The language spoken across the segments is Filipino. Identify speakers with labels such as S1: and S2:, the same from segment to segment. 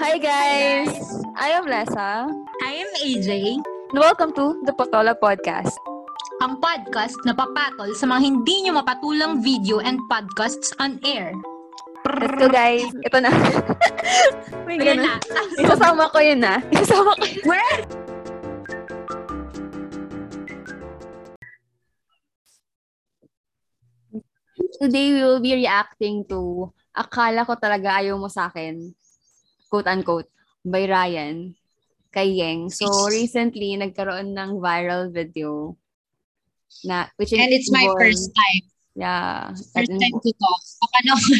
S1: Hi guys! I am Lessa.
S2: I am AJ,
S1: And welcome to the Potola Podcast.
S2: ang podcast na papatol sa mga hindi nyo mapatulang video and podcasts on air.
S1: Let's go guys! Ito na. May
S2: Ayan
S1: ganun.
S2: na.
S1: Isasama ko yun na. Isasama ko yun. Today we will be reacting to Akala ko talaga ayaw mo sa akin. Quote unquote. By Ryan. Kay Yeng. So recently nagkaroon ng viral video na which
S2: And it's my
S1: involved-
S2: first time.
S1: Yeah.
S2: First
S1: At-
S2: time to talk. Papanood.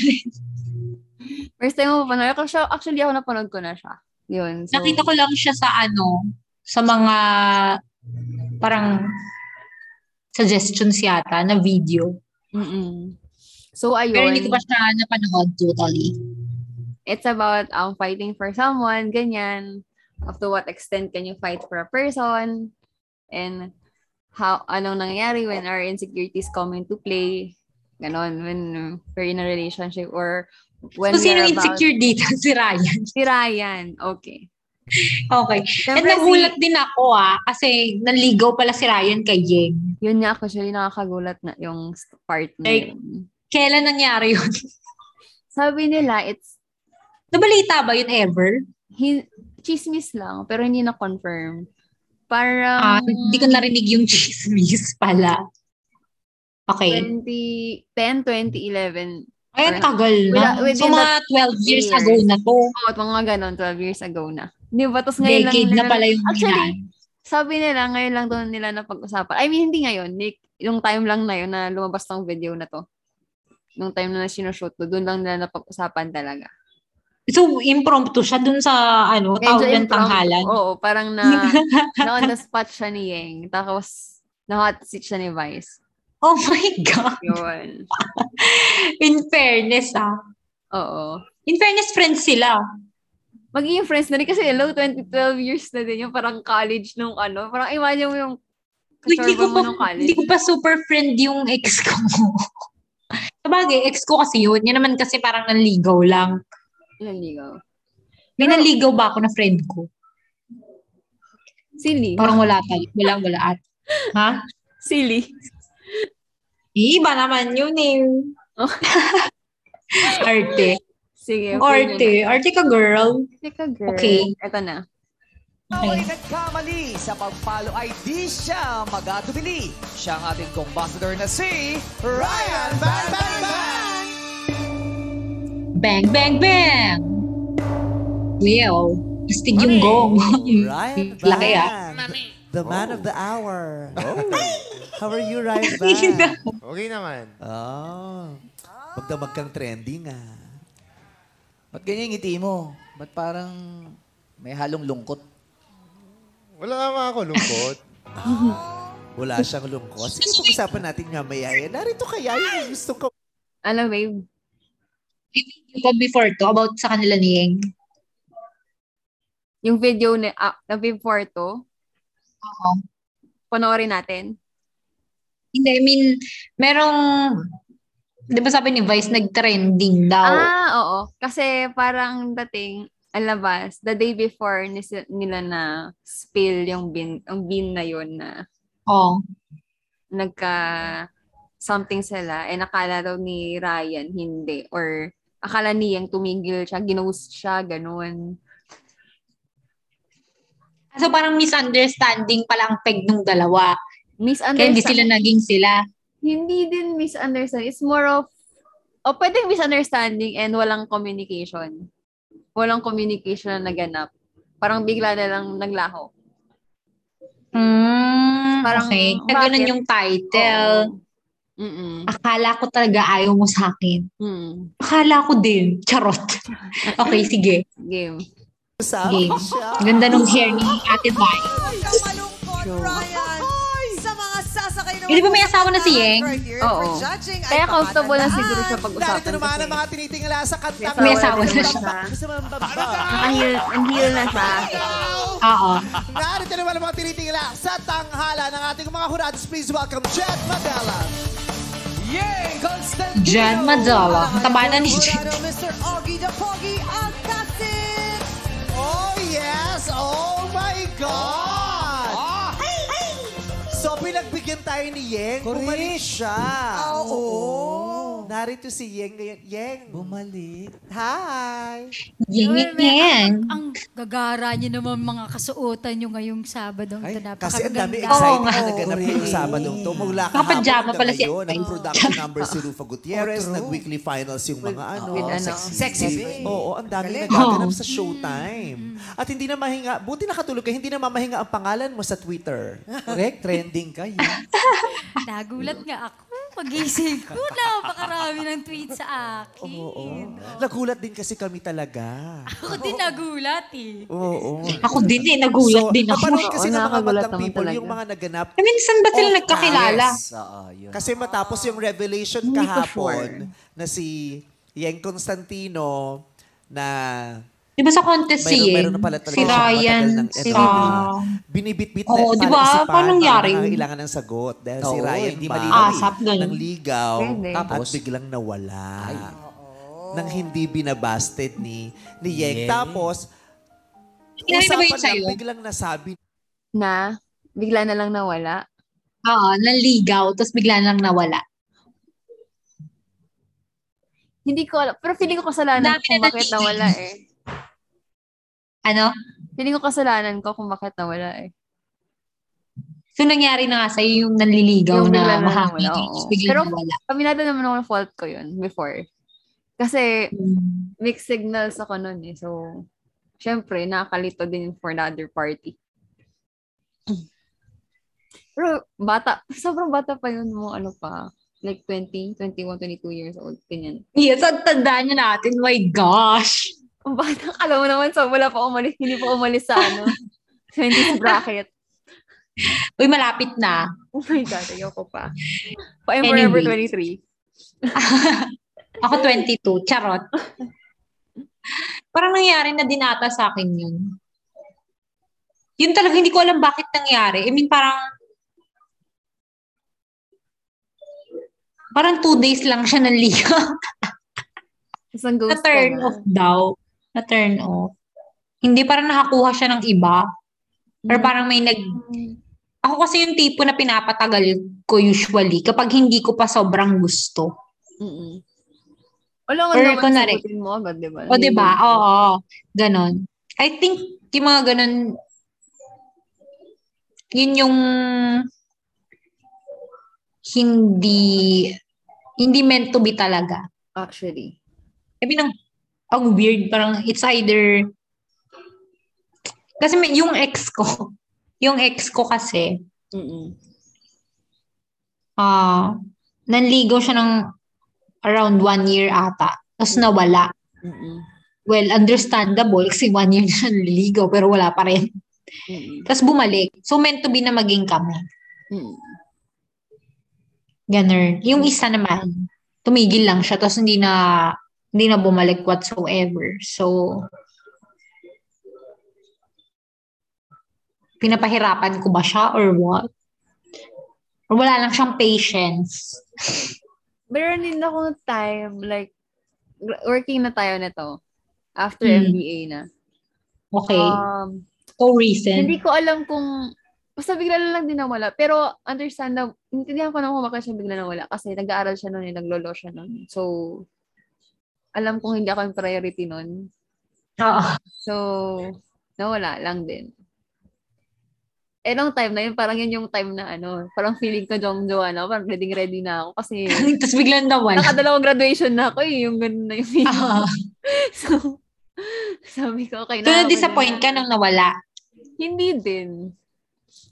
S1: First time mo panood ko siya. Actually, ako napanood ko na siya. Yun. So,
S2: Nakita ko lang siya sa ano, sa mga parang suggestions yata na video.
S1: Mm-mm. So, ayun.
S2: Pero hindi ko pa siya napanood totally.
S1: It's about um, fighting for someone, ganyan. Up to what extent can you fight for a person? And how, anong nangyayari when our insecurities come into play? Ganon, when we're in a relationship or when
S2: So, sino
S1: we're about...
S2: insecure dito? Si Ryan.
S1: Si Ryan. Okay.
S2: Okay. And
S1: Siyempre,
S2: nagulat din ako ah, kasi naligaw pala si Ryan kay Yeng.
S1: si- Yun nga, actually, nakakagulat na yung part na
S2: Like,
S1: yun.
S2: Kailan nangyari yun?
S1: Sabi nila, it's
S2: Nabalita ba yun ever?
S1: hin- chismis lang, pero hindi na confirm.
S2: Ah,
S1: Parang
S2: hindi ko narinig yung chismis pala. Okay.
S1: 2010, 2011.
S2: Ay, ang tagal na.
S1: Wala- within
S2: So, mga 12 years, ago na to.
S1: Oh, mga ganon, 12 years ago na. Di ba? Tapos ngayon
S2: Decade
S1: lang
S2: na
S1: nila-
S2: pala yung
S1: Actually,
S2: Actually,
S1: sabi nila, ngayon lang doon nila napag-usapan. I mean, hindi ngayon. Nick, yung time lang na yun na lumabas tong video na to. Nung time na sinushoot to, doon lang nila napag-usapan talaga.
S2: So, impromptu siya dun sa, ano,
S1: Medyo
S2: tawag ng
S1: impromptu.
S2: tanghalan.
S1: Oo, parang na, na on the spot siya ni Yeng. Tapos, na-hot seat siya ni Vice.
S2: Oh my God.
S1: Yun.
S2: In fairness, ah.
S1: Oo.
S2: In fairness, friends sila.
S1: magiging friends na rin kasi hello, 20, 12 years na din yung parang college nung ano. Parang imagine mo yung
S2: Uy, Hindi
S1: kasorba
S2: ko
S1: mo
S2: pa,
S1: nung
S2: hindi
S1: college.
S2: ko pa super friend yung ex ko. Sabagay, ex ko kasi yun. Yan naman kasi parang nanligaw lang.
S1: Naligaw.
S2: May
S1: Pero-
S2: nanligaw ba ako na friend ko?
S1: Silly.
S2: Parang wala tayo. Wala, wala at. Ha?
S1: Silly.
S2: Iba naman yun eh.
S1: Oh.
S2: Arte.
S1: Sige.
S2: Arte. Arte ka, girl.
S1: Sige ka, girl.
S2: Okay.
S1: Ito na.
S3: Bawal nagkamali sa pagpalo ay di siya magatubili. Siya ang ating ambassador na si Ryan Van Van Van!
S2: Bang, bang, bang! Well, astig yung gong. Laki ah.
S4: The man of the hour. How are you, right
S2: Ganda.
S4: back?
S5: Oh. Okay naman.
S4: oh. Magdamag kang trending ah.
S3: Ba't ganyan yung ngiti mo? Ba't parang may halong lungkot?
S5: Wala nga ako lungkot.
S4: Wala siyang lungkot. Sige, pag-usapan natin mamaya. Yan. Narito kaya yung gusto ko.
S1: Alam, babe.
S2: May video ko before to about sa kanila ni Yeng.
S1: Yung video na, ah, na before to,
S2: Oo.
S1: panoorin natin.
S2: Hindi, I mean, merong, di ba sabi ni Vice, nag-trending daw.
S1: Ah, oo. Kasi parang dating, alabas, the day before nis- nila na spill yung bin, yung bin na yun na
S2: Oo.
S1: nagka something sila and akala daw ni Ryan hindi or akala niyang tumigil siya, ginost siya, ganun.
S2: So parang misunderstanding pala ang peg nung dalawa. Kaya hindi sila
S1: Misunderstanding.
S2: naging sila.
S1: Hindi din misunderstanding. It's more of, o pwedeng misunderstanding and walang communication. Walang communication na naganap. Parang bigla na lang naglaho.
S2: Mm,
S1: Hmm, Parang,
S2: okay. Kaya ganun
S1: bakit?
S2: yung title.
S1: Oo. Mm-mm.
S2: Akala ko talaga ayaw mo sa akin.
S1: Mm.
S2: Akala ko din. Charot. Okay, sige.
S1: Game.
S4: Usap
S2: Game.
S4: siya.
S2: Ganda nung hair ni Ate Mai.
S6: Kamalungkot,
S4: Sure.
S6: Ryan. Sa mga sasakay ng...
S2: Hindi Eh, ba may asawa na si Yeng?
S1: Oo. Kaya comfortable na siguro siya eh.
S4: Narito
S1: pag-usapan.
S4: naman ang mga
S1: Kasi
S4: tinitingala sa kanta.
S1: May
S2: asawa na
S1: siya.
S4: Gusto mo ang baba?
S1: nakahil, ang heel na siya.
S2: Oo.
S4: Narito naman ang mga tinitingala sa tanghala ng ating mga hurados. Please welcome Jet Madela.
S3: Yay! Constantino!
S2: Jan Madala. Ang taba na ni Jan.
S6: Mr. Oggy the Pogi Alcacid!
S4: Ah. tayo ni Yeng.
S3: Correct.
S4: Bumalik siya.
S6: Ah, oo.
S4: Narito si Yeng ngayon. Yeng.
S3: Bumalik.
S4: Hi.
S2: Yeng, yeng.
S7: Ang gagara niyo naman mga kasuotan niyo ngayong Sabado.
S3: Ay,
S7: Ay,
S4: Kasi ang dami
S2: Oo
S4: exciting
S2: nga.
S4: na naganap
S3: Correct.
S4: yung Sabado to. Mula kahapon
S2: Nakapajama
S4: hanggang
S2: pala si
S4: ngayon,
S2: Ate.
S4: ang production number si Rufa Gutierrez,
S3: Oh, true.
S4: nag-weekly finals yung mga ano.
S1: with ano.
S3: Sexy.
S4: Sexy. Oo, ang dami
S3: Galing.
S4: nagaganap
S2: Oh.
S4: sa showtime.
S2: Mm.
S4: At hindi na mahinga, buti nakatulog ka, hindi na mamahinga ang pangalan mo sa Twitter.
S3: Correct, trending ka. Yeng.
S7: Nagulat nga ako. Pagising ko na. Pakarami ng tweet sa akin.
S4: Oo. Nagulat din kasi kami talaga.
S7: Ako din nagulat eh.
S4: Oo.
S2: Ako din eh, nagulat din ako.
S4: Napanood kasi
S1: Oo,
S4: ng mga
S1: nakakagulat
S4: madlang
S1: naman
S4: people yung
S1: talaga.
S4: mga naganap.
S2: I mean, saan ba sila
S1: Oh,
S4: Of
S2: nagkakilala?
S4: course.
S3: Oo, yun.
S4: Kasi matapos yung revelation
S1: Hindi ko
S4: kahapon na si Yeng Constantino na
S2: Di ba sa contest si
S4: Mayroon-
S2: Yeng?
S4: mayroon na pala
S2: Si
S4: talaga siyang
S2: Ryan,
S4: matagal ng
S2: si
S4: ano,
S2: Ra-
S4: binibitbit na
S2: Oo, di ba?
S4: isipan,
S2: Paano nangyari?
S4: Nangangailangan ng sagot dahil si
S3: Oo,
S4: Ryan
S3: hindi
S4: ba,
S3: malinaw
S2: eh. Asap, ganun.
S4: ng ligaw
S1: Pwede.
S4: at biglang nawala. Nang hindi binabasted ni ni Yeng.
S3: Yeng.
S4: Tapos,
S2: Nangyari na ba yun
S4: usapan
S2: sa'yo?
S4: lang biglang nasabi
S1: Na, bigla na lang nawala.
S2: Oo, naligaw, tapos bigla lang nawala.
S1: Hindi ko alam. Pero feeling ko kasalanan
S2: Dami
S1: ko kung
S2: na
S1: bakit
S2: nagiging.
S1: nawala eh.
S2: Ano?
S1: Feeling ko kasalanan ko kung bakit nawala eh.
S2: So, nangyari na nga sa'yo yung nanliligaw
S1: Yung bigla
S2: na
S1: na
S2: mahangin.
S1: nawala, oo.
S2: Tapos bigla
S1: Pero-
S2: nawala.
S1: Aminado naman ako ng fault ko yun before. Kasi
S2: Hmm.
S1: mixed signals ako nun eh. So, syempre, nakakalito din for the other party. Pero bata, sobrang bata pa yun mo, ano pa, like 20, 21, 22 years old, ganyan.
S2: Yes, ang tanda niya natin. My gosh!
S1: Ang bata, alam mo naman, so wala pa umalis, hindi pa umalis sa ano, 20s bracket.
S2: Uy, malapit na.
S1: Oh my God, ayoko pa. Pa I'm forever
S2: Anyway.
S1: 23.
S2: Ako 22. Charot. Parang nangyari na din ata sa akin yun. Yun talaga, hindi ko alam bakit nangyari. I mean, parang... Parang two days lang siya nanligaw.
S1: Isang ghost ka
S2: Na-turn
S1: na.
S2: off daw. Na-turn off. Hindi, parang nakakuha siya ng iba. Or parang may nag... Ako kasi yung tipo na pinapatagal ko usually kapag hindi ko pa sobrang gusto.
S1: Mm-mm. Wala nga
S2: Or
S1: naman
S2: kunwari-
S1: sagutin mo agad, di ba?
S2: O, di ba? Oo. Ganon. I think yung mga ganon, yun yung hindi hindi meant to be talaga.
S1: Actually.
S2: I mean, ang, ang weird, parang it's either kasi may, yung ex ko, yung ex ko kasi,
S1: Mm-mm.
S2: ah, nanligaw siya ng around one year ata. Tapos nawala.
S1: Mm-mm.
S2: Well, understandable kasi one year na siya naliligaw pero wala pa rin.
S1: Mm-mm.
S2: Tapos bumalik. So, meant to be na maging kami.
S1: Mm-mm.
S2: Ganun. Yung isa naman, tumigil lang siya tapos hindi na hindi na bumalik whatsoever. So, pinapahirapan ko ba siya or what? Or wala lang siyang patience.
S1: meron din ako time, like, gr- working na tayo na to. After
S2: Mm.
S1: MBA na.
S2: Okay.
S1: Um,
S2: so recent.
S1: hindi ko alam kung, basta bigla na lang din nawala. Pero, understand na, intindihan ko naman kung bakit siya bigla nawala. Kasi nag-aaral siya noon, eh, naglolo siya noon. So, alam kong hindi ako yung priority noon.
S2: Oo.
S1: So, nawala lang din. Eh, nung time na yun, parang yun yung time na ano, parang feeling ko jong-jowa na ako, parang ready ready na ako kasi
S2: tapos biglang nawala.
S1: Nakadalawang graduation na ako eh, yung ganun na yung feeling.
S2: Oo.
S1: so, sabi ko, okay
S2: so, na-disappoint ka nung nawala.
S1: Hindi din.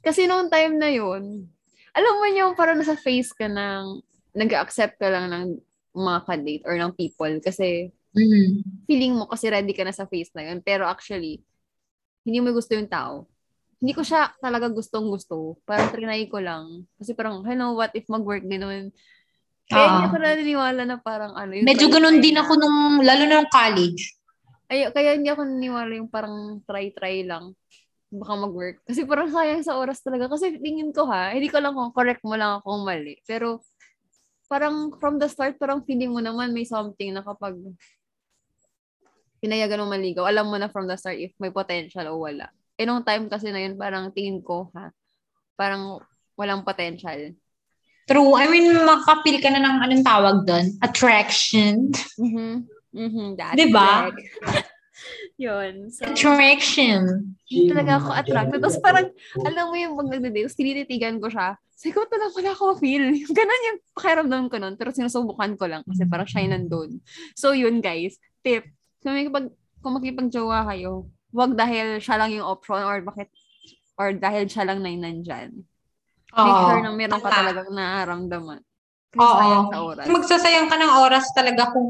S1: Kasi noong time na yun, alam mo yung parang nasa face ka ng, nag-accept ka lang ng mga kadate or ng people kasi
S2: Mm.
S1: feeling mo kasi ready ka na sa face na yun. Pero actually, hindi mo gusto yung tao. Hindi ko siya talaga gustong gusto. Parang trinay ko lang. Kasi parang, hello, what if mag-work din nun? Kaya
S2: Ah.
S1: hindi ako naniniwala na parang ano. yung try-
S2: Medyo ganun
S1: try
S2: din
S1: na-
S2: ako nung, lalo na nung college.
S1: Ay, kaya hindi ako naniniwala yung parang try-try lang. Baka mag-work. Kasi parang sayang sa oras talaga. Kasi tingin ko ha, hindi ko lang kung correct mo lang akong mali. Pero parang from the start, parang feeling mo naman may something na kapag pinayagan mo maligaw, alam mo na from the start if may potential o wala. Eh, nung time kasi na yun, parang tingin ko ha, parang walang potential.
S2: True. I mean, makapil ka na ng anong tawag doon? Attraction.
S1: Mm-hmm. Mm-hmm. That's
S2: Diba?
S1: correct. Yun. So,
S2: Attraction.
S1: hindi talaga ako attracted. Tapos parang, alam mo yung pag nagde-date, tapos tinititigan ko siya. Sabi ko, talaga wala ako feel. Ganun yung pakiramdam ko nun. Pero sinusubukan ko lang kasi parang siya yung nandun. So yun guys, tip. So, may kapag, kung makipag-jowa kayo, wag dahil siya lang yung option or bakit or dahil siya lang na yung nandyan. Make
S2: Oo.
S1: sure na meron ka
S2: Tama.
S1: talagang nararamdaman. Kasi
S2: Oo.
S1: sayang sa oras.
S2: Magsasayang ka ng oras talaga kung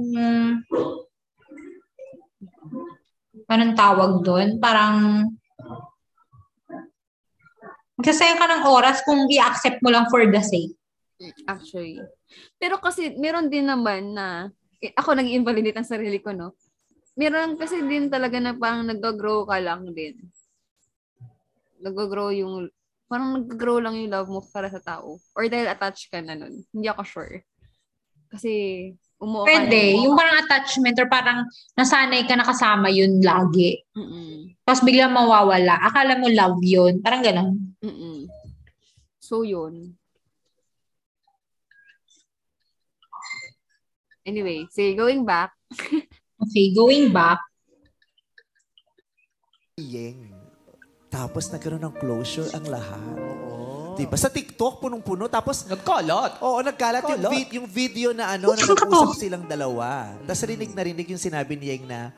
S2: anong tawag doon? Parang magsasayang ka ng oras kung i-accept mo lang for the sake.
S1: actually. Pero kasi, meron din naman na, eh, ako nag-invalidate ang sarili ko, no? Meron kasi din talaga na parang nag-grow ka lang din. Nag-grow yung, parang nag-grow lang yung love mo para sa tao. Or dahil attached ka na nun. Hindi ako sure. Kasi, umuo ka na.
S2: Pwede. Yung parang attachment or parang nasanay ka nakasama yun lagi.
S1: Mm-mm.
S2: Tapos biglang mawawala. Akala mo love yun. Parang ganun.
S1: Mm-mm. So, yun. Anyway, so going back,
S2: Okay, going back.
S4: Yeng. Tapos nagkaroon ng closure ang lahat.
S5: Oo.
S2: Oh.
S4: Diba? Sa TikTok, punong-puno. Tapos,
S3: Nagkalat.
S4: oo, nagkalat yung,
S3: Kalat.
S4: vid- yung video na ano, na
S2: Saan ka
S4: nag-usap silang dalawa. Tapos rinig na rinig yung sinabi ni Yeng na,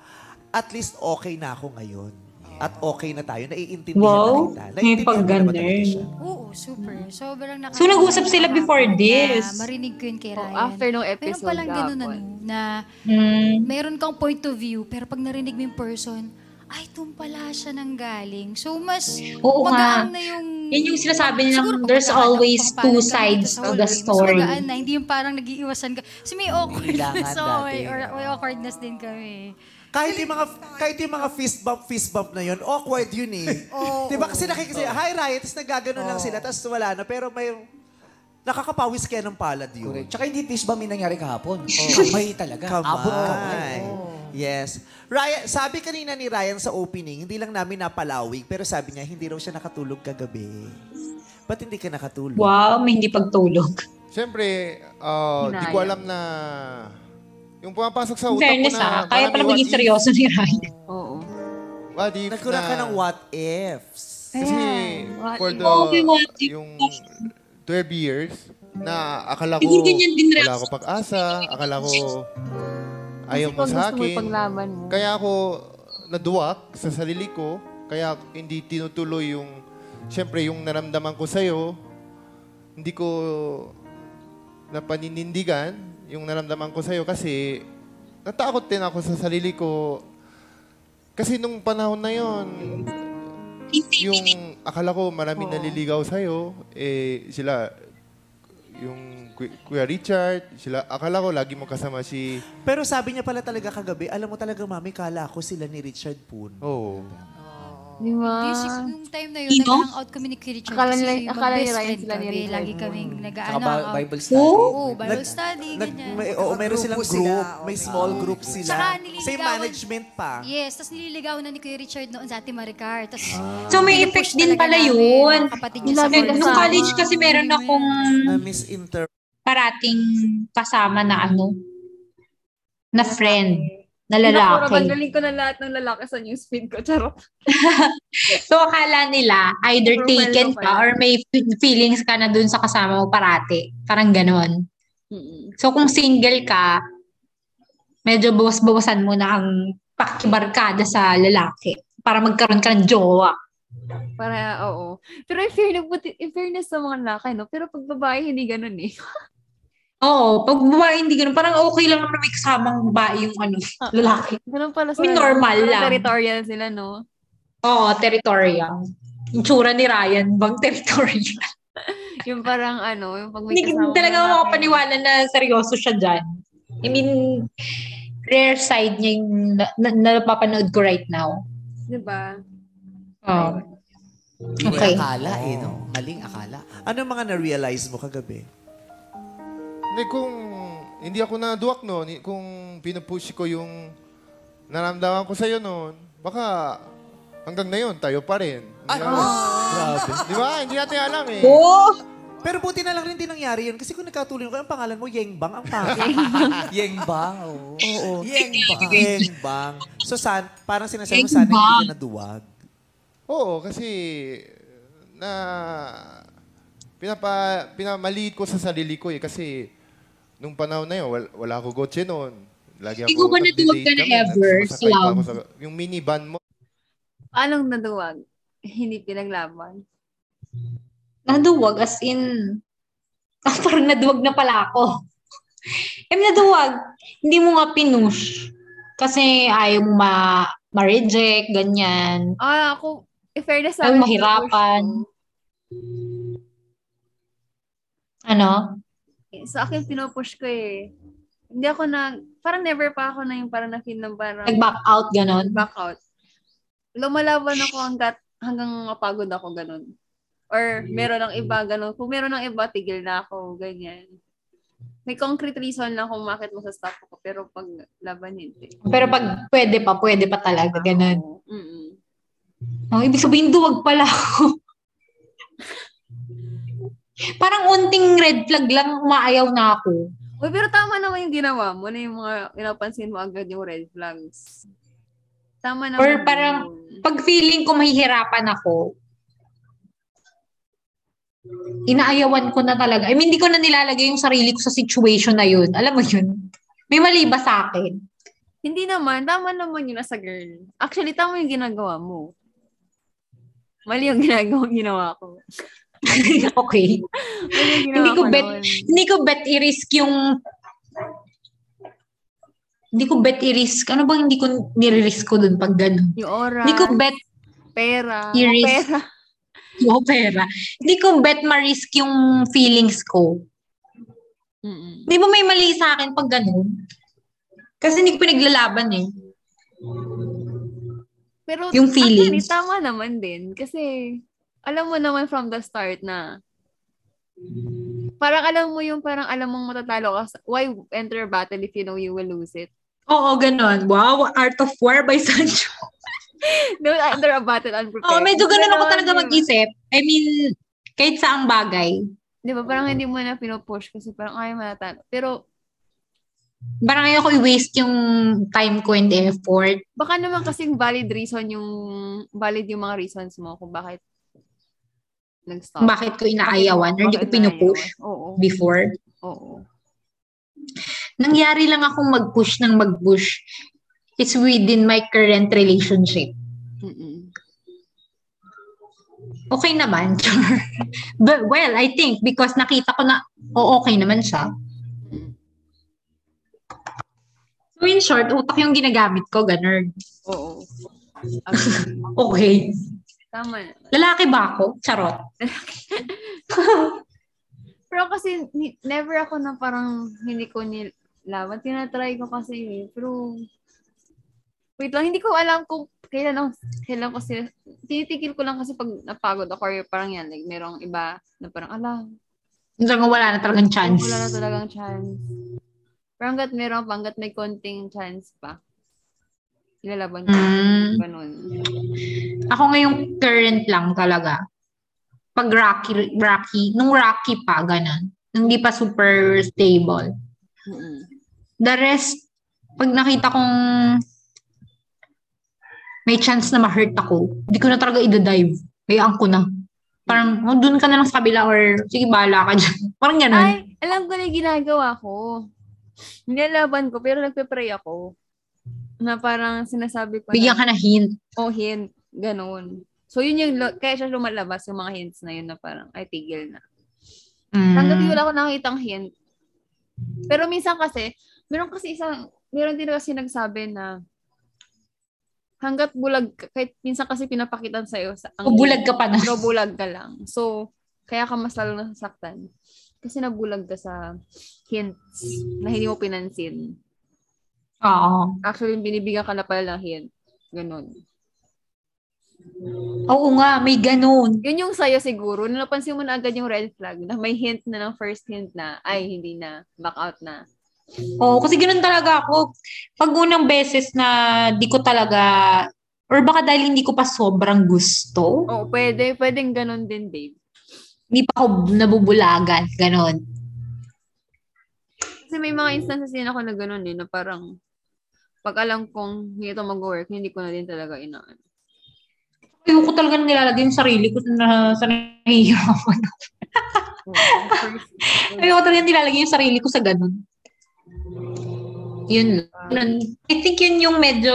S4: at least okay na ako ngayon. At okay na tayo. Naiintindihan
S2: Wow.
S4: na kita.
S2: May
S4: Naiintindihan mo na ba
S2: pagganon.
S4: talaga siya?
S7: Oo, super. Sobrang nakakatawa.
S2: So, nag-usap sila before this?
S7: Na marinig ko yun kay
S1: oh,
S7: Ryan.
S1: after nung
S7: Meron
S1: episode,
S7: palang ganun ano,
S1: gapon.
S7: na
S2: Hmm.
S7: meron kang point of view, pero pag narinig mo yung person, ay, doon pala siya nang galing. So, mas
S2: Oo nga.
S7: magaan na yung...
S2: Yan yung sinasabi nila,
S7: Siguro pag
S2: there's
S7: nakahanap
S2: always
S7: ka pa
S2: two
S7: ng ganito
S2: sides
S7: sa
S2: to
S7: hallway,
S2: the story.
S7: Mas magaan na, hindi yung parang nag-iiwasan ka. Kasi may awkwardness
S4: Kailangan
S7: away,
S4: dati.
S7: or may awkwardness din kami.
S4: Kahit yung mga kahit yung mga fist bump fist bump na yun, awkward yun eh.
S6: Oo.
S4: 'Di ba kasi nakikita, hi Riot, tapos nagaganon lang sila, tapos wala na, pero may nakakapawis kaya ng palad yun.
S3: Correct. Tsaka hindi fish bomb yung nangyari kahapon. Kamay talaga. Abot ng kamay.
S4: Kamay. Yes. Ryan, sabi kanina ni Ryan sa opening, hindi lang namin napalawig, pero sabi niya, hindi raw siya nakatulog kagabi. Ba't hindi ka nakatulog?
S2: Wow, may hindi pagtulog.
S5: Siyempre, ah, di ko
S1: Hinayang.
S5: alam na yung pumapasok sa
S2: In
S5: utak
S2: fairness
S5: ko na
S2: ah, kaya pala
S5: parang
S2: maging
S5: what if-
S2: seryoso ni Ryan.
S1: Oo.
S5: What if
S4: Nagkura
S5: na-
S4: ka ng what ifs.
S5: Kasi
S1: Ayan. What
S5: for
S1: if-
S5: the,
S2: Okay, Ah, what if-
S5: yung 12 years, na akala ko,
S2: Hindi ganyan din reaction.
S5: wala ako pag-asa, akala ko, ayaw mo
S1: Kasi
S5: sa
S1: pag gusto mo
S5: akin.
S1: ipaglaban mo.
S5: Kaya ako naduwak sa sarili ko, kaya hindi tinutuloy yung, syempre yung naramdaman ko sa'yo, hindi ko napaninindigan yung naramdaman ko sa'yo kasi natakot din ako sa sarili ko. Kasi nung panahon na yon yung akala ko marami naliligaw sa'yo, eh sila, yung Ku- Kuya Richard, sila, akala ko lagi mo kasama si...
S4: Pero sabi niya pala talaga kagabi, alam mo talaga, mami, kala ako sila ni Richard Poon.
S5: Oh.
S1: Di ba?
S2: Ah.
S7: Yung, sig- yung time na yun,
S2: Sino?
S7: nag out kami ni Kiri Church.
S1: Akala
S7: kasi
S1: nila-
S7: yung
S1: akala ni
S7: mag-best
S1: Ryan sila
S7: friend
S1: ni
S7: kami,
S1: Richard.
S7: Lagi kaming
S3: Tsaka
S7: nag-ano.
S3: Bi-
S7: out.
S3: Bible study.
S7: Oo, ano, Bible
S4: Nag-
S7: study,
S4: Nag,
S7: ganyan.
S4: may, oo, meron silang
S6: Grupo sila,
S4: group. May
S6: okay.
S4: small group
S7: Tsaka
S4: sila. Same
S7: nililigawan-
S4: management pa.
S7: Yes, tapos nililigawan na ni Kuya Richard noon sa ate Maricar. Tapos,
S2: So may effect din pala yun.
S7: Kapatid
S1: Yung
S7: niya sa
S1: labi
S7: Boracay.
S2: Nung
S1: kasama.
S2: college kasi meron akong
S4: Na misinter...
S2: parating kasama na ano, na friend, na
S1: Naku,
S2: lalaki.
S1: rabagaling ko na lahat ng lalaki sa newsfeed ko. Charot.
S2: So akala nila either
S1: Profile
S2: taken
S1: ko
S2: ka
S1: pala.
S2: or may fe- feelings ka na dun sa kasama mo parati. Parang ganon.
S1: Mm-mm.
S2: So kung single ka, medyo bawas-bawasan mo na ang pakibarkada sa lalaki para magkaroon ka ng jowa.
S1: Para, oo. Pero in fairness, buti- in fairness sa mga lalaki, no? Pero pag babae, hindi ganun eh.
S2: Oo, pag babae hindi ganun, parang okay lang naman may kasamang babae yung ano, lalaki.
S1: Ganun pala sa...
S2: I mean, normal
S1: parang
S2: lang.
S1: Territorial sila, no?
S2: Oo, territorial. Yung tsura ni Ryan, bang territorial?
S1: Yung parang ano, yung pag may
S2: Hindi
S1: kasama ng
S2: talaga ako
S1: lalaki.
S2: makapaniwala na seryoso siya dyan. I mean, rare side niya yung na, na, napapanood ko right now.
S1: Diba?
S2: Oo.
S3: Mali
S2: Okay.
S3: akala eh, no? Maling akala.
S4: Ano mga na-realize mo kagabi?
S5: Hindi, kung hindi ako naduwak noon, ni- kung pinupush ko yung naramdaman ko sa'yo noon,
S2: Ah.
S5: baka hanggang na yun, tayo pa rin. Hindi ako-
S4: Grabe.
S2: Oh.
S5: Di ba? Hindi natin alam eh.
S2: Oo!
S4: Pero buti na lang rin din nangyari yun. Kasi kung nagkatuloy ko, ang pangalan mo, Yengbang, ang pangalan.
S3: Yeng ba? Oo.
S4: Oo.
S3: Yengbang.
S4: Yengbang. So, san, parang sinasabi mo, sana hindi ka naduwag.
S5: Oo, kasi na pinapa pinamaliit ko sa sarili ko eh kasi nung panahon na yun, wala, wala ako kotse noon. Lagi ako
S2: Ikaw ba natuwag ka na
S5: nagde-date kami,
S2: ever,
S5: sumasakay pa ako
S2: Slav?
S5: sa- yung minivan mo.
S1: Anong naduwag? Hindi pinaglaban.
S2: Naduwag, as in, ah, parang naduwag na pala ako. Em, naduwag. Hindi mo nga pinush. Kasi ayaw mo ma, ma-reject, ganyan.
S1: Ah, ako, in fairness
S2: Ay,
S1: lang.
S2: mahirapan. Ano?
S1: Sa akin, pinupush ko eh. Hindi ako na, parang never pa ako na yung parang na-feel na parang
S2: Nag-back out, ganon.
S1: back out. Lumalaban ako hanggat, hanggang mapagod ako, ganun. Or meron ng iba, ganun. Kung meron ng iba, tigil na ako, ganyan. May concrete reason lang kung bakit masastop ako, pero pag laban, hindi.
S2: Pero pag pwede pa, pwede pa talaga, ganon.
S1: Oo. Mm-mm.
S2: Ang ibig sabihin, duwag pala ako. parang unting red flag lang, umaayaw na ako.
S1: Uy, pero tama naman yung ginawa mo na yung mga inapansin mo agad yung red flags. Tama naman.
S2: Or parang-
S1: yun.
S2: Pag feeling ko mahihirapan ako, inaayawan ko na talaga. I mean, hindi ko na nilalagay yung sarili ko sa situation na yun. Alam mo yun? May mali ba sa akin?
S1: Hindi naman. Tama naman yun as a girl. Actually, tama yung ginagawa mo. Mali yung ginagawa, ginawa ko.
S2: okay.
S1: Mali yung ginawa
S2: hindi ko bet,
S1: nun.
S2: hindi ko bet i-risk yung hindi ko bet i-risk. Ano bang hindi ko nire-risk ko dun pag ganun?
S1: Yung oras,
S2: Hindi ko bet
S1: pera.
S2: Iris.
S1: Pera.
S2: yung pera. Hindi ko bet ma-risk yung feelings ko.
S1: Mm-mm.
S2: Di ba may mali sa akin pag ganun? Kasi hindi ko pinaglalaban eh.
S1: Pero
S2: Yung
S1: actually,
S2: feelings.
S1: tama naman din. Kasi alam mo naman from the start na parang alam mo yung parang alam mong matatalo ka. sa- Why enter a battle if you know you will lose it?
S2: Oo, ganun. Wow, Art of War by Sancho.
S1: Don't enter a battle unprepared.
S2: Oo, Oh, medyo ganun ako
S1: Ganon,
S2: talaga
S1: di ba?
S2: mag-isip. I mean, kahit saang bagay.
S1: Di ba? Parang hindi mo na pinupush kasi parang ay matatalo. Pero
S2: Parang ayoko i-waste yung time ko and effort.
S1: baka naman kasing valid reason yung valid yung mga reasons mo kung bakit nag-stop.
S2: bakit ko inaayawan or hindi ko
S1: Bakit
S2: pinupush
S1: naayawan? Oo.
S2: before.
S1: Oo.
S2: Nangyari lang akong mag-push ng mag-push. It's within my current relationship.
S1: Mm-mm.
S2: Okay naman, char. But, well, I think because nakita ko na oh, okay naman siya. So in short, utak yung ginagamit ko, ganun.
S1: Oo. Actually,
S2: Okay.
S1: tama naman.
S2: Lalaki ba ako? Charot.
S1: Pero kasi ni- never ako na parang hindi ko nilaban. Tinatry ko kasi eh. Pero wait lang, hindi ko alam kung kailan ako, kailan ko sila, tinitikil ko lang kasi pag napagod ako or parang yan, like merong iba na parang, ala,
S2: Hanggang wala na talagang chance.
S1: Wala na talagang chance. Pero hanggat meron pa, hanggat may konting chance pa, ilalaban ko.
S2: Mm.
S1: Ganun.
S2: Ako ngayong current lang talaga. Pag Rocky, Rocky, nung Rocky pa, ganun. Nung di pa super stable.
S1: Mm-mm.
S2: The rest, pag nakita kong may chance na ma-hurt ako, hindi ko na talaga idadive. Hayaan ko na. Parang, oh, dun ka na lang sa kabila or sige, bahala ka dyan. Parang ganun.
S1: Ay, alam ko na yung ginagawa ko. Nilalaban ko, pero nagpe-pray ako. Na parang sinasabi ko
S2: Bigyan
S1: na,
S2: ka na hint.
S1: oh, hint. Ganun. So, yun yung, lo- kaya siya lumalabas yung mga hints na yun na parang, ay, tigil na.
S2: Mm.
S1: Hanggang wala ko nakitang hint. Pero minsan kasi, meron kasi isang, meron din kasi nagsabi na hanggat bulag, ka- kahit minsan kasi pinapakitan sa'yo. Sa, ang
S2: O, bulag ka pa na.
S1: Pero bulag ka lang. So, kaya ka mas lalo nasasaktan. Kasi nabulag ka sa hints na hindi mo pinansin.
S2: Oo.
S1: Actually, binibigyan ka na pala ng hint. Ganun.
S2: Oo nga, may ganun.
S1: Yun yung sa'yo siguro. Nung Napansin mo na agad yung red flag na may hint na ng first hint na, ay, hindi na, back out na.
S2: Oo, kasi ganun talaga ako. Pag unang beses na di ko talaga, or baka dahil hindi ko pa sobrang gusto,
S1: Oo, pwede. Pwedeng ganun din, babe.
S2: Hindi pa ako nabubulagan. Ganon.
S1: Kasi may mga instances din ako na ganun eh, na parang pag alam kong hindi ito mag-work, hindi ko na din talaga inaan.
S2: Ayoko talaga nilalagay yung sarili ko na sa nahihirapan. Ayoko talaga nilalagay yung sarili ko sa ganun. Yun. lang. I think yun yung medyo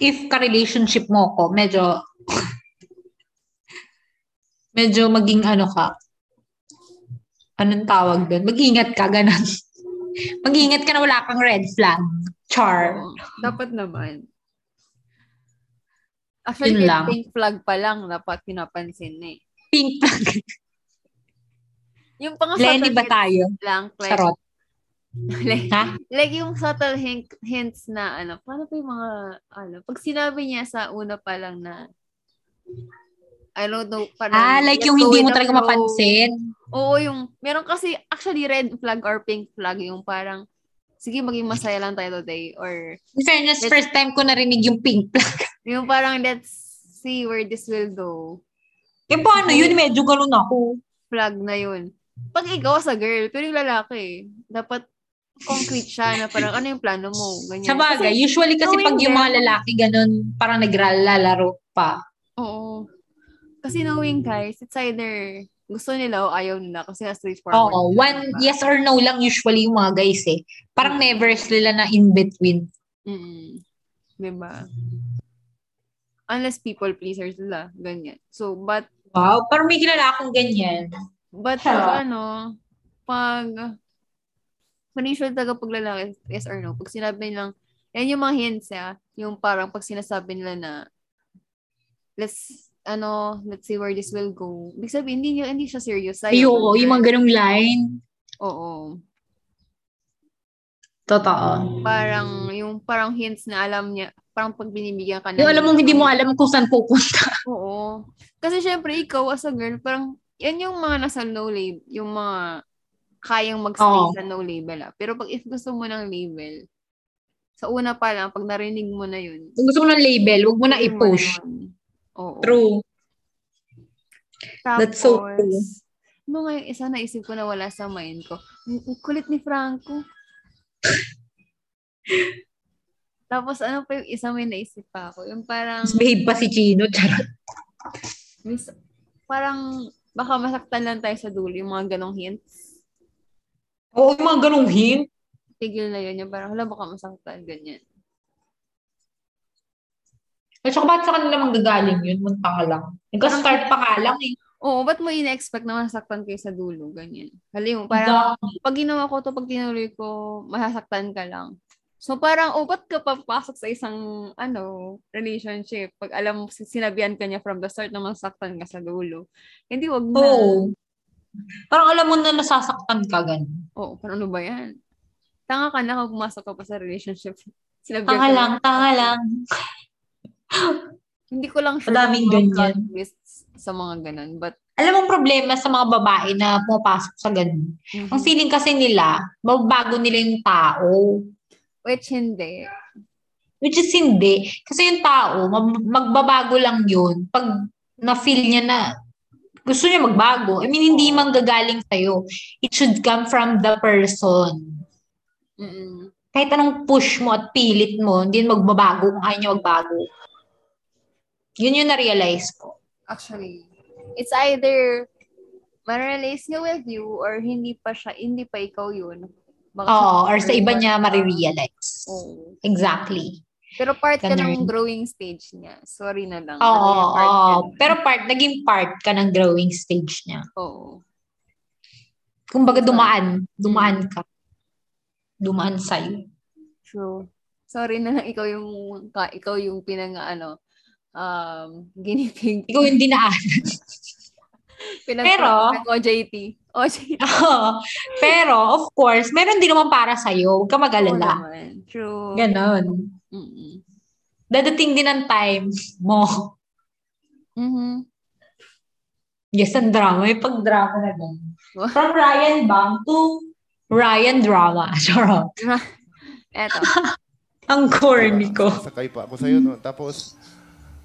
S2: if ka-relationship mo ko, medyo medyo maging ano ka anong tawag doon? Mag-ingat ka, ganun. Mag-ingat ka na wala kang red flag. Char.
S1: Oo. Dapat naman. Actually,
S2: Yun
S1: kahit
S2: lang.
S1: pink flag pa lang, dapat pinapansin na eh.
S2: Pink flag.
S1: Yung pang
S2: Lenny ba tayo?
S1: lang, like,
S2: Charot.
S1: like,
S2: Ha?
S1: like yung subtle hin- hints na ano, paano pa yung mga, ano, pag sinabi niya sa una pa lang na, I don't know, parang,
S2: Ah, like
S1: let's
S2: yung
S1: go
S2: hindi
S1: with
S2: mo
S1: the
S2: talaga
S1: flow.
S2: mapansin.
S1: Oo, yung, meron kasi actually red flag or pink flag, yung parang, sige, maging masaya lang tayo today, or,
S2: In fairness, first time ko narinig yung pink flag.
S1: yung parang, let's see where this will go.
S2: Eh, paano yun? Medyo ganun ako.
S1: Flag na yun. Pag ikaw sa girl, pero yung lalaki, dapat concrete siya na parang, ano yung plano mo? Ganyan.
S2: Sa bagay, usually kasi
S1: knowing
S2: pag yung mga
S1: them-
S2: lalaki ganun, parang naglalaro pa.
S1: Oo. Kasi knowing guys, it's either gusto nila o ayaw nila kasi nga straightforward.
S2: Oo,
S1: sila,
S2: one
S1: diba?
S2: yes or no lang usually yung mga guys eh. Parang never sila na in between.
S1: Mm-mm. Diba? Unless people pleasers sila, ganyan. So, but,
S2: Wow, parang may kilala akong ganyan.
S1: but pag
S2: Sarap.
S1: ano, pag, pag usual talaga pag lalaki, yes or no, pag sinabi nilang, yan yung mga hints ah, yung parang pag sinasabi nila na, let's, ano, let's see where this will go. Ibig sabihin, hindi, niya- hindi siya serious. ayaw
S2: Ayoko, yung
S1: niya.
S2: mga ganung line.
S1: Oo.
S2: Totoo.
S1: parang yung parang hints na alam niya, parang pag binibigyan ka na.
S2: Yung alam mong hindi mo alam kung saan pupunta.
S1: Oo. Kasi syempre ikaw as a girl, parang yan yung mga nasa no label, yung mga kayang magstay
S2: Oo.
S1: sa no label. Ah. Pero pag if gusto mo ng label, sa una pa lang, pag narinig mo na yun,
S2: Kung gusto mo ng label, huwag mo na i-push.
S1: Oo.
S2: True. That's so
S1: Tapos,
S2: true.
S1: No, ngayon, isa naisip ko na wala sa mind ko. Ang ang kulit ni Franco. Tapos ano pa yung isa may naisip pa ako? Yung parang,
S2: Misbehave pa si Chino. Charot.
S1: mis, parang baka masaktan lang tayo sa dulo. Yung mga ganong hints.
S2: Oo, yung mga ganung hint.
S1: Tigil na yun. Yung parang, wala baka masaktan. Ganyan.
S2: At saka ba't sa kanila manggagaling yun? Munta ka lang. Nagka-start pa ka lang eh.
S1: Oo, ba't mo in-expect na masaktan kayo sa dulo? Ganyan. Halim, parang, pag ginawa ko to, pag tinuloy ko, masasaktan ka lang. So parang, oh, ba't ka papasok sa isang, ano, relationship? Pag alam mo, sin- sinabihan ka niya from the start na masaktan ka sa dulo. Hindi, wag na.
S2: Oo. Parang alam mo na nasasaktan ka ganun.
S1: Oo, parang ano ba yan? Tanga ka na kung pumasok ka pa sa relationship. Sinabihan
S2: Tanga
S1: ka
S2: lang,
S1: na.
S2: tanga lang.
S1: Hindi ko lang sure kung
S2: Madaming
S1: mga
S2: ganyan.
S1: plot twists sa mga ganun. But,
S2: Alam mo ang problema sa mga babae na pumapasok sa ganun.
S1: mm-hmm.
S2: Ang feeling kasi nila, mababago nila yung tao.
S1: which hindi.
S2: Which is hindi. Kasi yung tao, mag- magbabago lang yun pag na-feel niya na gusto niya magbago. I mean, hindi manggagaling sa'yo. It should come from the person.
S1: Mm-mm.
S2: kahit anong push mo at pilit mo, hindi magbabago kung ayaw niya magbago. Yun yung na-realize ko.
S1: actually. It's either ma-release niya with you or hindi pa siya, hindi pa ikaw yun. Baka
S2: Oo,
S1: siya-
S2: or sa iba niya marirealize.
S1: Oo.
S2: Exactly.
S1: Pero part ka ng
S2: Ganun.
S1: growing stage niya. Sorry na lang.
S2: Oo,
S1: Pero part ka
S2: oo.
S1: na.
S2: Pero part, naging part ka ng growing stage niya.
S1: Oo.
S2: Kumbaga dumaan, dumaan ka. Dumaan sa'yo.
S1: True. Sorry na lang ikaw yung ka, ikaw yung pinang ano um ginipig
S2: Ikaw yung dinaanan.
S1: pinag
S2: Pero-
S1: pinag- OJT. OJT.
S2: Oo. Pero, of course, meron din naman para sa'yo. Huwag ka
S1: Oo
S2: mag-alala.
S1: naman. True.
S2: Ganon.
S1: Mm-mm.
S2: Dadating din ang time mo.
S1: Mhm.
S2: Yes, ang drama. May pag-drama na doon.
S1: Wow.
S2: From Ryan Bang to Ryan Drama. Charot.
S1: Eto.
S2: Ang corny ko.
S5: Sakay pa ako sa'yo, no? Tapos,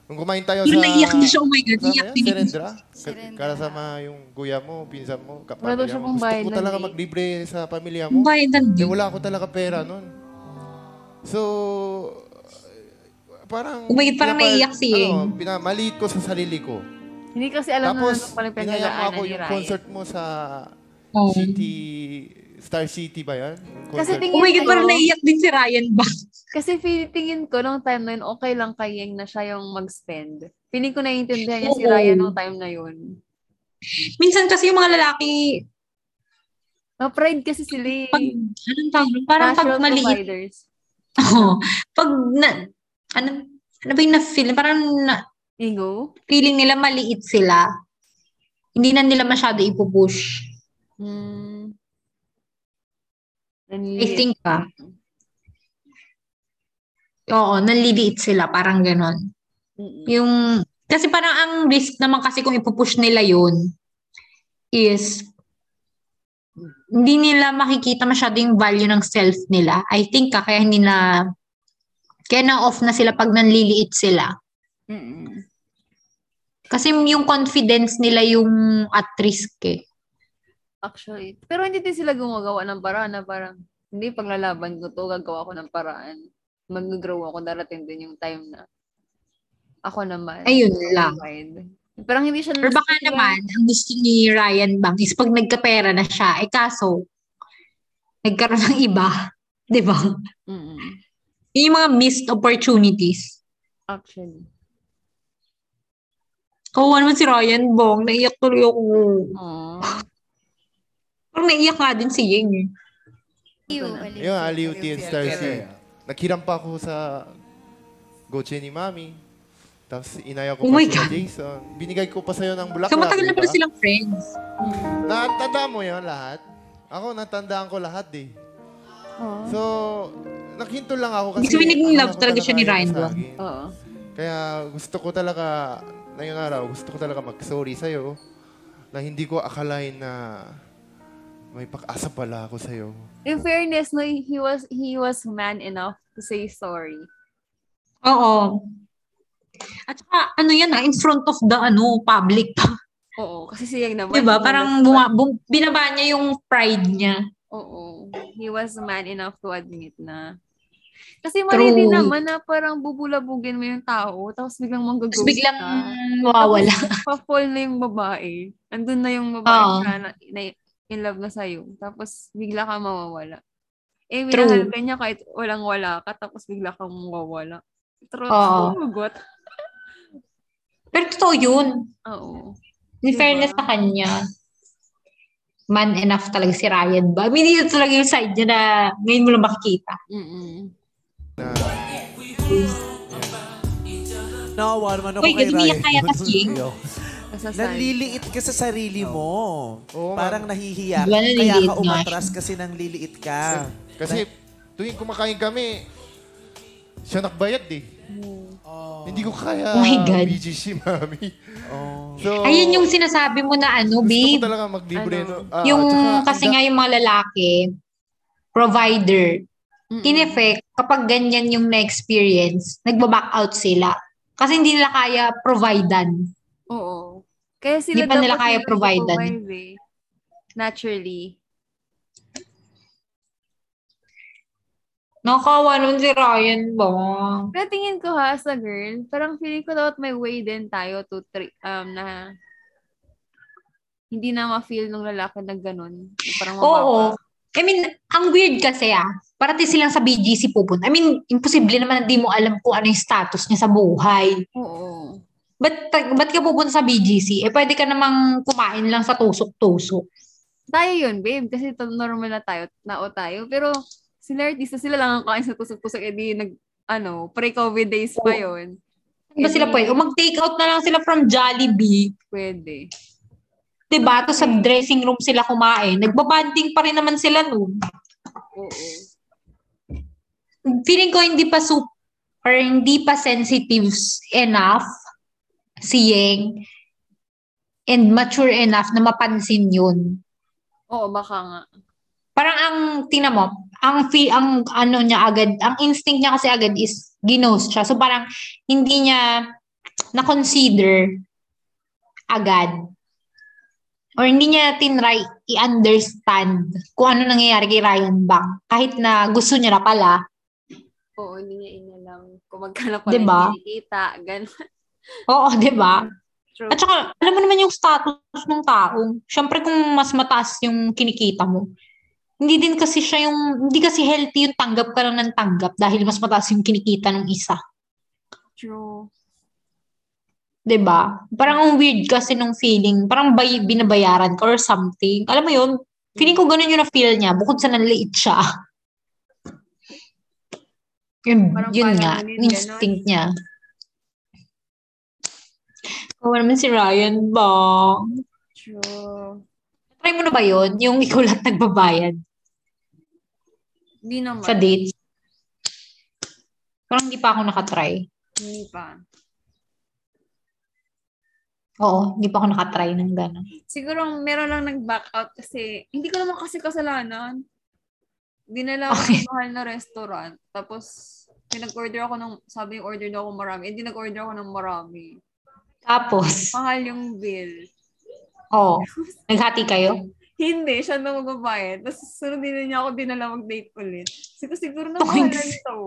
S5: Nung kumain tayo
S2: Yung
S5: sa...
S2: naiyak din siya, oh my God,
S1: Ano
S5: sa-
S2: iyak din.
S5: Serendra?
S7: Serendra.
S5: Karasama yung kuya mo, pinsan mo, kapamilya
S1: Wala daw siya
S5: mo.
S1: pang
S5: Gusto
S1: bayad
S5: ko
S1: nun
S5: talaga
S1: eh.
S5: maglibre sa pamilya
S2: Ang
S5: mo.
S2: bayad ng
S5: Eh,
S2: date.
S5: wala ko talaga pera nun. So, parang...
S2: Umigit, parang
S5: pinapa-
S2: naiiyak si Ying.
S5: Ano, pinamaliit ko sa sarili ko.
S1: Hindi kasi alam
S5: Tapos,
S1: na ano pala
S5: pinayaan mo
S1: pinagdadaanan
S5: ako
S1: ni
S5: yung
S1: Ryan.
S5: concert mo sa
S2: Oh.
S5: City... Star City ba yan? Yung
S1: Kasi
S5: concert.
S1: tingin
S2: Oh my God,
S1: ko-
S2: parang naiyak din si Ryan ba?
S1: Kasi feeling tingin ko nung time na yun, okay lang kay Yeng na siya yung mag-spend. Feeling ko naiintindihan niya si
S2: Oo.
S1: Ryan nung time na yun.
S2: Minsan kasi yung mga lalaki,
S1: Na-pride kasi sila eh.
S2: pag, anong tawag, nun? parang pag
S1: National
S2: maliit.
S1: providers.
S2: Oo. pag na, ano, ano ba yung na-feel? Parang na,
S1: Ingo?
S2: feeling nila maliit sila. Hindi na nila masyado ipupush.
S1: Hmm.
S2: I think ba? Oo, nanliliit sila. Parang ganon. Yung, kasi parang ang risk naman kasi kung ipupush nila yun is hindi nila makikita masyado yung value ng self nila. I think ka, kaya hindi na kaya na-off na sila pag nanliliit sila. Kasi yung confidence nila yung at risk eh.
S1: Actually. Pero hindi din sila gumagawa ng paraan na parang, hindi, paglalaban ko to, gagawa ko ng paraan. Mag-grow ako, darating din yung time na ako naman.
S2: Ayun lang.
S1: provide. Parang hindi siya...
S2: Or baka naman, ang gusto ni Ryan Bang is pag nagkapera na siya, eh kaso, nagkaroon ng iba. Di ba?
S1: Mm-mm.
S2: Yun Yung mga missed opportunities.
S1: Actually.
S2: Kawawa naman si Ryan Bong, naiyak tuloy ako.
S1: Aww.
S2: Parang naiyak nga din si Ying. eh.
S7: Aliw,
S5: Yung Aliw and Star
S3: Aliw T.
S5: City. Naghiram pa ako sa Goche ni Mami. Tapos inaya ko
S2: Oh
S5: pa
S2: my
S5: si
S2: God.
S5: Jason. Binigay ko pa sa'yo ng bulaklak.
S2: So matagal na
S5: diba?
S2: pala silang friends.
S5: Natanda mo yun lahat? Ako, natandaan ko lahat eh.
S2: Oh.
S5: So, naghinto lang ako kasi...
S2: Ibig sabihin, naging
S5: akala
S2: love
S5: ko
S2: talaga siya ni
S5: ayaw
S2: Ryan
S5: sa
S2: ba? Oh.
S5: akin.
S1: Oo.
S5: Kaya gusto ko talaga, na yun araw, gusto ko talaga mag-sorry sa'yo na hindi ko akalain na may pag-asa pala ako sa'yo.
S1: In fairness, no, he was he was man enough to say sorry.
S2: Oo. At saka, ano yan ah, in front of the ano public pa.
S1: Oo, kasi siya yung naman.
S2: Di
S1: he
S2: ba? Diba? Parang
S1: was-
S2: buma- bum- binaba niya yung pride niya.
S1: Oo. He was man enough to admit na. Kasi mali
S2: True.
S1: din naman na parang bubulabugin mo yung tao tapos biglang manggagawin
S2: Tapos biglang mawawala.
S1: Pa-fall na yung babae. Andun na yung babae
S2: Oo.
S1: na, na, na- in love na sa'yo. Tapos bigla ka mawawala. Eh,
S2: True.
S1: minahal ka niya kahit walang-wala ka tapos bigla kang mawawala. True. oh
S2: Oo.
S1: Hugot.
S2: Pero totoo yun.
S1: Oo.
S2: In
S1: Diba?
S2: fairness sa kanya, man enough talaga si Ryan ba? I mean, yun talaga yung side niya na ngayon mo lang makikita.
S1: Mm-mm.
S4: Naawa naman ako
S2: Uy,
S4: kay
S2: ganun
S4: Ryan.
S2: yung kaya kasi, eh.
S1: Nasasali.
S4: Nanliliit ka sa sarili mo.
S5: Oo, ma'am.
S4: Parang
S2: Diba,
S4: nahihiya ka. Kaya
S2: nanliliit
S4: ka
S2: nga
S4: umatras kasi nanliliit ka.
S5: Kasi tuwing kumakain kami, siya nakbayad eh. Hindi ko kaya
S2: Oh my God.
S5: BGC, mami.
S4: Oh.
S5: So,
S2: Ayun yung sinasabi mo na ano,
S5: Gusto ko
S2: babe.
S5: talaga maglibre.
S1: Ano?
S5: no? Ah,
S2: yung
S5: tsaka,
S2: kasi
S5: ang da-
S2: nga yung mga lalaki, provider,
S5: Mm.
S2: in effect, kapag ganyan yung na-experience, nagbaback out sila. Kasi hindi nila kaya providean.
S1: Oo. Kaya sila
S2: Hindi pa nila
S1: dapat
S2: kaya
S1: yung
S2: providean.
S1: nagpo-provide eh. Naturally.
S2: Nakakawa nun si Ryan ba?
S1: Pero tingin ko ha, as a girl, parang feeling ko dapat may way din tayo to tri- um, na hindi na ma-feel nung lalaki na ganun. Na Parang
S2: Oo.
S1: mababa.
S2: I mean, ang weird kasi ah, parati silang sa BGC pupunta. I mean, imposible naman na di mo alam kung ano yung status niya sa buhay.
S1: Oo.
S2: Ba't, ba't ka pupunta sa BGC? Eh, pwede ka namang kumain lang sa tusok-tusok.
S1: Tayo yun, babe. Kasi to- normal na tayo, nao tayo. Pero sila artista, sila lang ang kain sa tusok-tusok. Eh di nag, ano, pre-COVID days pa
S2: Oo.
S1: yun.
S2: Di ba
S1: Eh,
S2: sila
S1: di-
S2: pwede? O mag-take out na lang sila from Jollibee.
S1: Pwede.
S2: Di ba? Tapos sa dressing room sila kumain. Nagbabanting pa rin naman sila noon.
S1: Oo.
S2: Feeling ko hindi pa sup or hindi pa sensitive s- enough si Yeng and mature enough na mapansin yun.
S1: Oo, baka nga.
S2: Parang ang, tingnan mo, ang, feel, ang ano niya agad, ang instinct niya kasi agad is ginos siya. So parang hindi niya na-consider agad. Or hindi niya tinry i-understand kung ano nangyayari kay Ryan Bang. Kahit na gusto niya na pala,
S1: Oo, hindi niya inalam kung magkano pala
S2: Diba?
S1: yung kinikita. Ganun.
S2: Oo, di ba?
S1: True.
S2: At saka, alam mo naman yung status ng tao. Siyempre, kung mas mataas yung kinikita mo, hindi din kasi siya yung, hindi kasi healthy yung tanggap ka lang ng tanggap dahil mas mataas yung kinikita ng isa.
S1: True.
S2: 'Di ba? Parang ang weird kasi nung feeling, parang bay, binabayaran ka or something. Alam mo yun, feeling ko ganun yung na-feel niya, bukod sa nanliit siya. yun,
S1: Parang
S2: yun
S1: parang
S2: nga,
S1: yun, ganun.
S2: instinct niya. Kawa naman si Ryan ba?
S1: True.
S2: Try mo na ba yun? Yung ikaw lahat nagbabayad
S1: Hindi naman.
S2: sa date? Parang hindi pa ako nakatry.
S1: Hindi pa.
S2: Oo, hindi pa ako nakatry ng gano'n.
S1: Siguro meron lang nag-back out kasi hindi ko naman kasi kasalanan. Dinala ako
S2: Okay.
S1: sa mahal na restaurant. Tapos, pinag-order ako ng, sabi yung order daw ako marami. Hindi nag-order ako ng marami.
S2: Tapos,
S1: Mahal yung bill.
S2: oo, naghati kayo?
S1: Hindi, siya na magbabayad. Tapos, sunod din na niya ako dinala mag-date ulit. Siguro, siguro na
S2: Okay.
S1: mahal nito.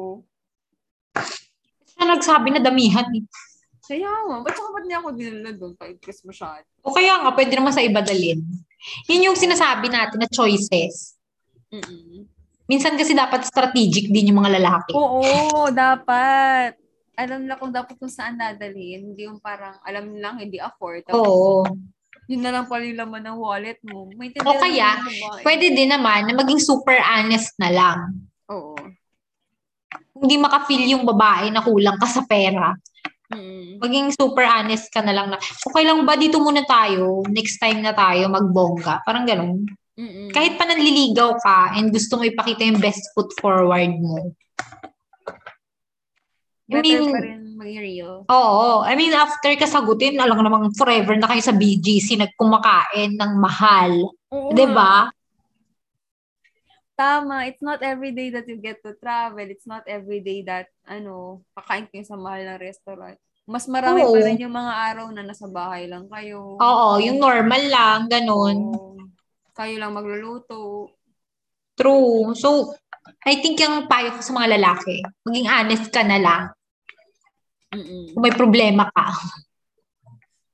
S2: Siya nagsabi na damihan eh.
S1: Kaya nga, ba't saka ba't niya ako dinala doon? Paigkas mo siya.
S2: O kaya nga, pwede naman sa iba dalhin. Yun yung sinasabi natin na choices.
S1: Mm-mm.
S2: Minsan kasi dapat strategic din yung mga lalaki.
S1: Oo, dapat. Alam na kung dapat kung saan dadalhin. Hindi yung parang, alam lang, hindi afford. Tapos,
S2: Oo.
S1: yun na lang pala yung laman ng wallet mo. May
S2: O kaya, Pwede din naman na maging super honest na lang.
S1: Oo.
S2: Hindi makafeel yung babae na kulang ka sa pera.
S1: Mm.
S2: maging super honest ka na lang na, okay lang ba dito muna tayo, next time na tayo magbongga. Parang ganun.
S1: Mm-mm.
S2: Kahit pa nanliligaw ka and gusto mo ipakita yung best foot forward mo. I
S1: Better
S2: mean,
S1: pa rin maging real.
S2: oo. I mean, after ka sagutin, alam ko namang forever na kayo sa BGC nagkumakain ng mahal. Diba?
S1: Oo
S2: 'Di
S1: nga.
S2: ba?
S1: Tama. It's not every day that you get to travel. It's not every day that, ano, kakain kayo sa mahal na restaurant. Mas marami
S2: Oo.
S1: pa rin yung mga araw na nasa bahay lang kayo.
S2: Oo, yung normal lang, ganun.
S1: Oo. Kayo lang magluluto.
S2: True. So, I think yung payo ko sa mga lalaki, maging honest ka na lang
S1: Mm-mm.
S2: kung may problema ka.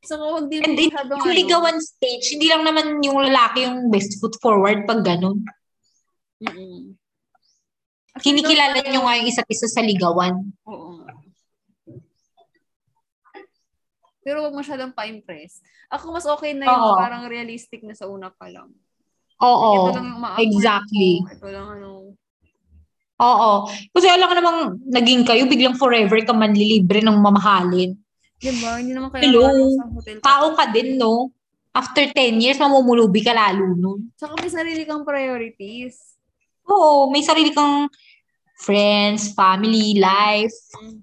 S1: So, huwag din
S2: And it,
S1: masyadong,
S2: yung
S1: ano,
S2: ligawan stage, hindi lang naman yung lalaki yung best foot forward pag ganun.
S1: Mm-mm.
S2: Kinikilala nyo nga yung isa't isa sa ligawan.
S1: Oo nga. Pero huwag masyadong pa-impress. Ako mas okay na yung
S2: Oo.
S1: parang realistic na sa una pa lang.
S2: Oo.
S1: Ito lang yung umaapoy
S2: Exactly.
S1: ko. Ito lang ano.
S2: Oo. Kasi alam ka namang naging kayo, biglang forever ka manlilibre ng mamahalin.
S1: Diba? Hindi naman kaya
S2: Hello.
S1: parang sa hotel. ka.
S2: Tao ka din, no? After 10 years, mamumulubi ka lalo nun.
S1: Tsaka may sarili kang priorities.
S2: Oo, may sarili kang friends, family, life.
S1: Mm.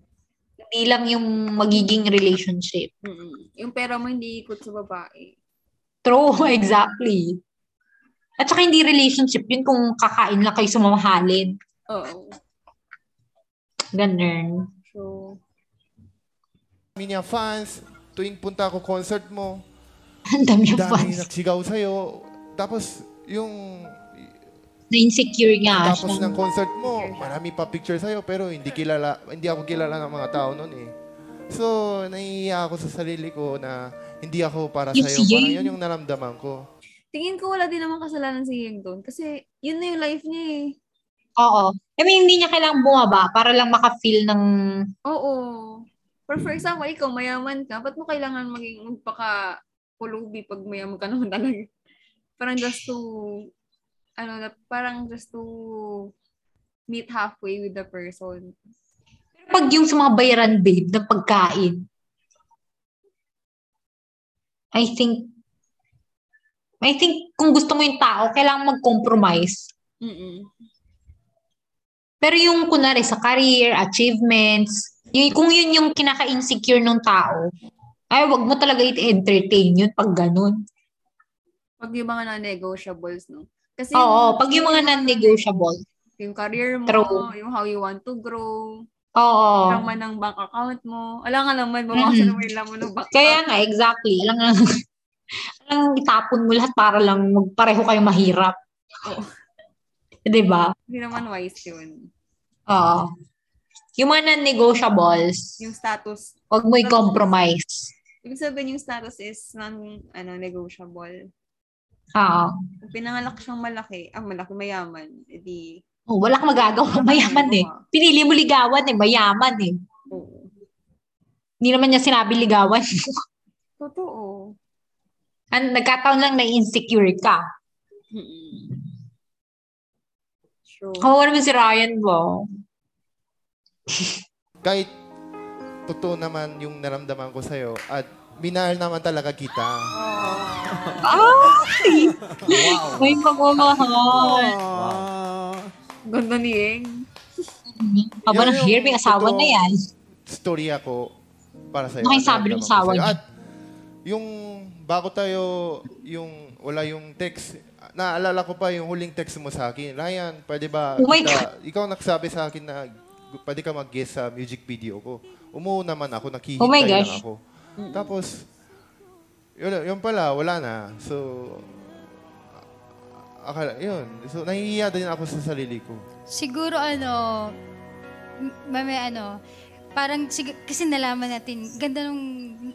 S2: Hindi lang yung magiging relationship.
S1: Mm-mm. Yung pera mo hindi ikot sa babae.
S2: True, exactly. At saka hindi relationship yun kung kakain lang kayo sa mamahalin.
S1: Oo.
S2: Ganun.
S1: So,
S5: Minya fans, tuwing punta ako concert mo,
S2: Ang dami yung
S5: dami
S2: fans.
S5: nagsigaw sa'yo. Tapos, yung
S2: Na-insecure nga.
S5: tapos
S2: Ah, siya.
S5: ng concert mo, marami pa picture sa'yo, pero hindi kilala, hindi ako kilala ng mga tao noon eh. So, naiiya ako sa sarili ko na hindi ako para
S2: Yung
S5: sa'yo.
S2: si Ying.
S5: Parang yun yung naramdaman ko.
S1: tingin ko wala din naman kasalanan si Yeng doon. Kasi yun na yung life niya eh.
S2: Oo. I mean, hindi niya kailangang bumaba para lang makafeel ng...
S1: Oo. Pero
S2: Hmm.
S1: for example, ikaw mayaman ka, ba't mo kailangan maging magpaka pulubi pag mayaman ka naman talaga? Parang just to, ano, na- parang just to meet halfway with the person.
S2: Pero pag yung sa mga bayaran, babe, ng pagkain, I think, I think kung gusto mo yung tao, kailangan mag-compromise.
S1: Mm-mm.
S2: Pero yung kunwari sa career, achievements, yun, kung yun yung kinaka-insecure ng tao, ay, wag mo talaga i-entertain yun pag ganun.
S1: Pag yung mga non-negotiables, no? Kasi
S2: Oo, pag yung mga non-negotiable.
S1: Yung career mo,
S2: True.
S1: yung how you want to grow,
S2: Oo.
S1: Lang man ang bank account mo. Alam ka naman,
S2: Mhm.
S1: bawasan mo yung laman ng bank account.
S2: Kaya nga, exactly. Alam nga, alam nga, itapon mo lahat para lang magpareho kayo mahirap.
S1: Oo.
S2: 'Di ba?
S1: Hindi naman wise yun.
S2: Oo. Yung mga non-negotiables,
S1: Yung status,
S2: huwag mo i-compromise.
S1: ibig sabihin yung status is non, ano, negotiable.
S2: Oo.
S1: Kung pinangalak siyang malaki, ah, malaki mayaman, edi, ano
S2: Oh, wala kang magagawa. Mayaman eh. Pinili mo ligawan eh. Mayaman eh.
S1: oo.
S2: Hindi naman niya sinabi ligawan.
S1: Totoo.
S2: An nagkataon lang na insecure ka.
S1: Mm-mm. True.
S2: Oo naman si Ryan mo.
S5: Kahit totoo naman yung naramdaman ko sa'yo at minahal naman talaga kita.
S2: Ay!
S3: Wow.
S2: May pagmamahal.
S4: Wow.
S1: Ganda ni Eng.
S2: Aba ng hair, may asawa na yan.
S5: Story ako para sa'yo.
S2: Ano
S5: Ano
S2: yung sabi ng
S5: naramdaman ko
S2: asawa
S5: sa'yo.
S2: niya?
S5: At yung bago tayo, yung wala yung text, naalala ko pa yung huling text mo sa akin. Ryan, pwede ba?
S2: Oh my
S5: kita- ikaw nagsabi sa akin na gu- pwede ka mag-guest sa music video ko. Umuho naman ako, nakihintay
S2: Oh my
S5: lang
S2: gosh.
S5: ako. Tapos, yun, yun pala, wala na. So, akala, yun. So, nahihiya din ako sa sarili ko.
S7: Siguro ano, m- mami ano, parang sig- kasi nalaman natin, ganda nung,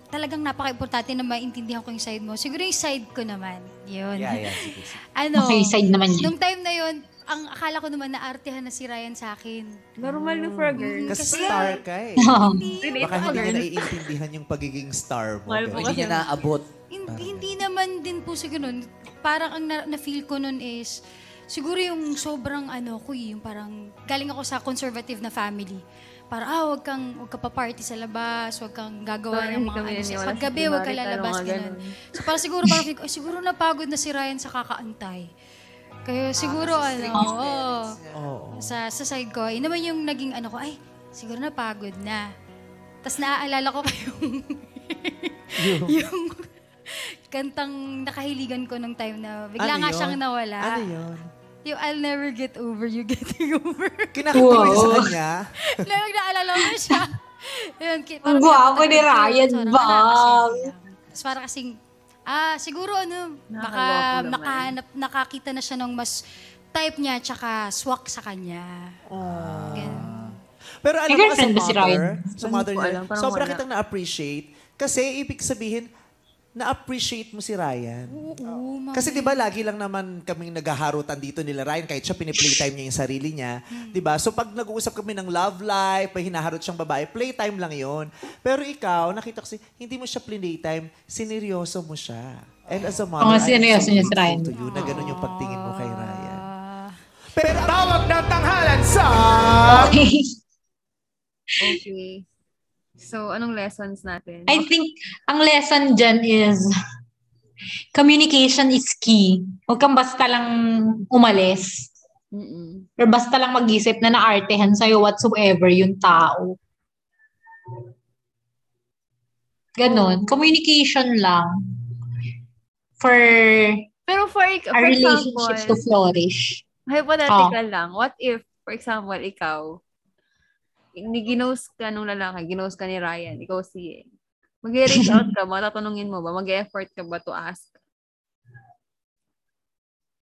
S7: talagang napaka-importante na maintindihan ko yung side mo. Siguro yung side ko naman. Yun.
S3: Yeah, yeah. Sige, sige.
S7: Ano,
S2: Okay, side naman yun.
S7: nung time na yun, ang akala ko naman naartihan na si Ryan sa akin.
S1: Normal na for a girl.
S7: Mm.
S4: Kasi
S7: Kasi-
S4: star ka eh.
S2: Oo.
S1: Relate
S4: Baka
S1: ako,
S4: hindi niya
S1: girl.
S4: naiintindihan yung pagiging star mo.
S1: Mahal
S4: girl.
S1: po
S4: Hindi
S1: kasi
S4: niya
S1: ako.
S4: naabot.
S7: Hindi, hindi naman din po sa ganun. Parang ang na- na-feel ko nun is, siguro yung sobrang ano ko eh, yung parang galing ako sa conservative na family. Para, ah, wag kang, wag ka pa party sa labas, wag kang gagawa
S1: Sorry,
S7: ng
S1: hindi
S7: mga
S1: kami
S7: ano. sa-
S1: naniwala sa
S7: Paggabi, wag ka
S1: Kimari, talo
S7: lalabas,
S1: nga
S7: ganun.
S1: ganun.
S7: So, parang siguro, parang feel ko, "Ay, siguro napagod na si Ryan sa kakaantay. Kaya siguro,
S1: Ah,
S7: ano, oo.
S4: Oo.
S7: sa, sa side ko, yun naman yung naging ano ko, ay, siguro napagod na. Tapos naaalala ko pa yung, yung kantang nakahiligan ko nung time na bigla
S4: Ano
S7: nga
S4: yun?
S7: siyang nawala.
S4: Ano yun?
S7: Yung I'll never get over you getting over.
S4: Kinakanta mo yun sa
S2: Wow.
S4: kanya?
S7: Lang naalala ko na siya. Yun, ki- parang
S2: Ang gwapo ni
S7: kinakanta ko yun,
S2: Ryan,
S7: parang
S2: Bob.
S7: nakakasaya lang. Tapos parang kasing, ah, siguro ano, baka
S1: Nakakaloka naman.
S7: nakahanap, nakakita na siya ng mas type niya tsaka swak sa kanya.
S4: Ah.
S7: Ganun.
S4: Pero alam
S2: May
S4: mo kasi
S2: girlfriend ba si
S4: mother, sa
S1: Hindi
S4: mother
S1: ko
S4: niya,
S1: alam, parang
S4: sobra
S1: wala.
S4: kitang na-appreciate. Kasi ibig sabihin, na-appreciate mo si Ryan.
S7: Oo, ma'am.
S4: Kasi 'di ba lagi lang naman kaming naghaharutan dito nila Ryan kahit siya piniplaytime niya yung sarili niya,
S2: Hmm.
S4: 'di ba? So pag nag-uusap kami ng love life, may hinaharot siyang babae, playtime lang 'yon. Pero ikaw, nakita ko si hindi mo siya playtime, sineryoso mo siya. And as a
S2: Oo,
S4: mother, I am so
S2: sineryoso niya si
S4: grateful
S2: Ryan.
S4: To you, na ganun yung pagtingin mo kay Ryan.
S7: Ah.
S4: Pero tawag ng tanghalan sa
S2: Okay.
S1: Okay. So, anong lessons natin?
S2: I think ang lesson dyan is communication is key. Huwag kang basta lang umalis
S1: Mm-mm.
S2: or basta lang mag-isip na naartehan sa'yo whatsoever yung tao. Ganon. Communication lang for
S1: Pero for,
S2: a
S1: for
S2: relationship to
S1: example,
S2: flourish.
S1: hypothetical
S2: Oh.
S1: lang, what if, for example, ikaw, ni ginose ka nung lalaki, ginose ka ni Ryan, ikaw si Eng. Mag-reach out ka ba? Tatanungin mo ba? Mag-effort ka ba to ask?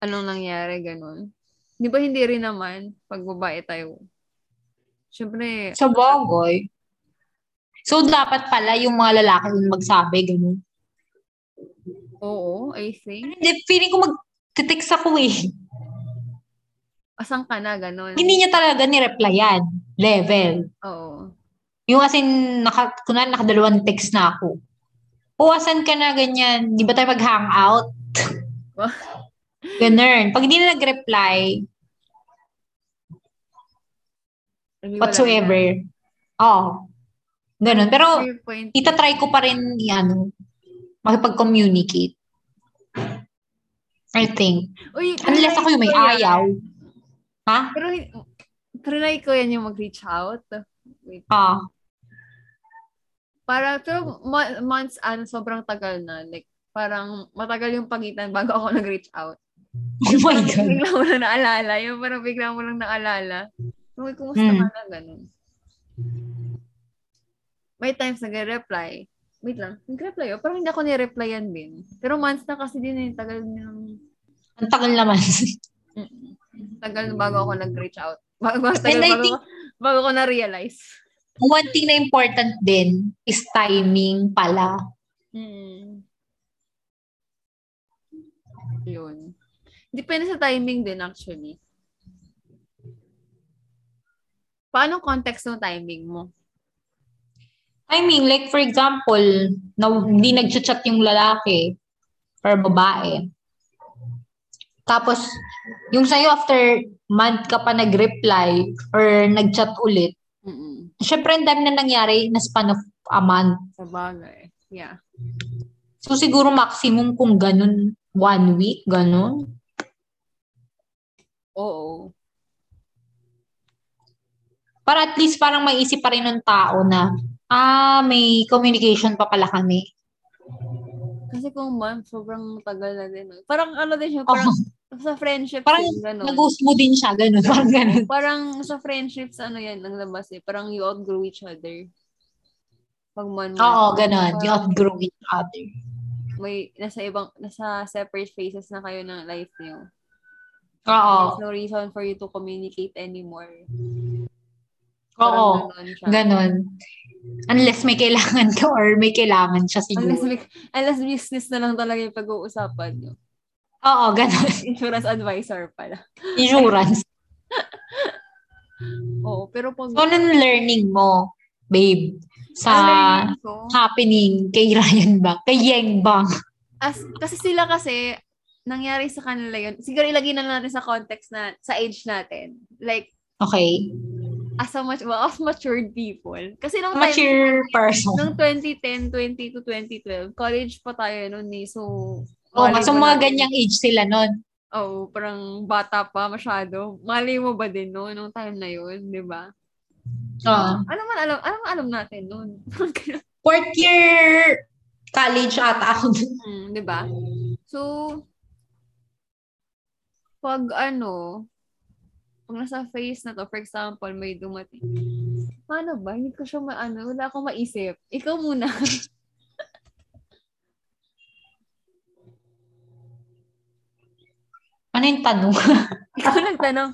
S1: Anong nangyari? Ganun. Di ba hindi rin naman pag babae tayo? Siyempre,
S2: Sa bagay. So, dapat pala yung mga lalaki yung magsabi, ganun.
S1: oo, I think.
S2: Hindi, feeling ko mag-text ako eh.
S1: Asan ka na? Ganun.
S2: Hindi niya talaga nireplyan. Level.
S1: Oo.
S2: Yung as in, naka, kunwari, nakadalawang text na ako. O, asan ka na ganyan? Di ba tayo mag-hangout? Ganun. Pag hindi na nag-reply,
S1: Hindi, wala na.
S2: whatsoever. Oo. Ganun. Pero,
S1: Fair point.
S2: itatry ko pa rin yan, makipag-communicate. I think.
S1: Uy,
S2: Unless
S1: trinay
S2: Ano, ako yung may
S1: ko yan.
S2: ayaw. Ha?
S1: Pero hin- trinay ko yan yung mag-reach out. Wait.
S2: Ah.
S1: Para, pero mo- months, ano, sobrang tagal na. Like, parang matagal yung pagitan bago ako nag-reach out.
S2: Oh my God.
S1: Bigla mo lang naalala. Yung parang bigla mo lang naalala. Uy, kumusta ka
S2: Hmm.
S1: na? Ganun. may times nagre-reply. Wait lang, nag-reply oh. Parang hindi ako ni-replyan din. Pero months na kasi din, eh, tagal nilang,
S2: Ang tagal naman.
S1: tagal bago ako nag-reach out. Bago, bago, tagal,
S2: And I
S1: bago,
S2: think-
S1: bago ko na-realize.
S2: One thing na important din is timing pala. Hmm.
S1: Mm. Yun. Depende sa timing din actually. Paano context ng timing mo?
S2: Timing, like for example, na hindi nagchat-chat yung lalaki or babae. Tapos, yung sa'yo after month ka pa nag-reply or nag-chat ulit,
S1: Mm-mm.
S2: syempre ang dami na nangyari na span of a month.
S1: Sa bagay. Yeah.
S2: So siguro maximum kung ganun, one week, ganun.
S1: Oo.
S2: Para at least parang maisip pa rin ng tao na, ah, may communication pa pala kami.
S1: Kasi kung month, sobrang tagal na din. no? Parang ano din siya, parang sa friendship,
S2: Oh. Parang
S1: din, ganun.
S2: Nag-ghost mo din siya, ganun. Parang ganun.
S1: Parang sa friendships, ano yan, ang labas eh. Parang you outgrow each other. Pag man
S2: Oo, ganun. You outgrow each other.
S1: may nasa ibang nasa separate phases na kayo ng life niyo.
S2: Oo.
S1: There's no reason for you to communicate anymore.
S2: Oo.
S1: Parang ganun siya.
S2: Ganun. Unless may kailangan ka or may kailangan siya
S1: Unless,
S2: siguro.
S1: big- unless business na lang talaga yung pag-uusapan nyo.
S2: Oo, ganun.
S1: Insurance advisor pala.
S2: Insurance.
S1: Oo, pero pag... Ano
S2: So, anong learning mo, babe? Sa
S1: Ang learning ano ko,
S2: happening kay Ryan Bang? Kay Yeng Bang?
S1: as, kasi sila kasi, nangyari sa kanila yun. Siguro ilagay na lang natin sa context na, sa age natin. Like,
S2: Okay.
S1: as a much, well, as matured people. Kasi nung time
S2: Mature person.
S1: Nung 2010, 20 to 2012, college pa tayo noon eh. So,
S2: Oo,
S1: malay
S2: Oh, so
S1: mo natin-
S2: mga ganyang age sila nun.
S1: Oo, parang bata pa masyado. Mali mo ba din noon, nung time na yun, di ba?
S2: Oo.
S1: Ano man alam, ano man alam natin noon?
S2: Fourth year college ata ako nun.
S1: Mm, 'di ba? So pag ano, pag nasa face na to, for example, may dumating. Paano ba? Hindi ko siya maano, wala akong maisip. Ikaw muna.
S2: Ano yung tanong?
S1: Ikaw nagtanong.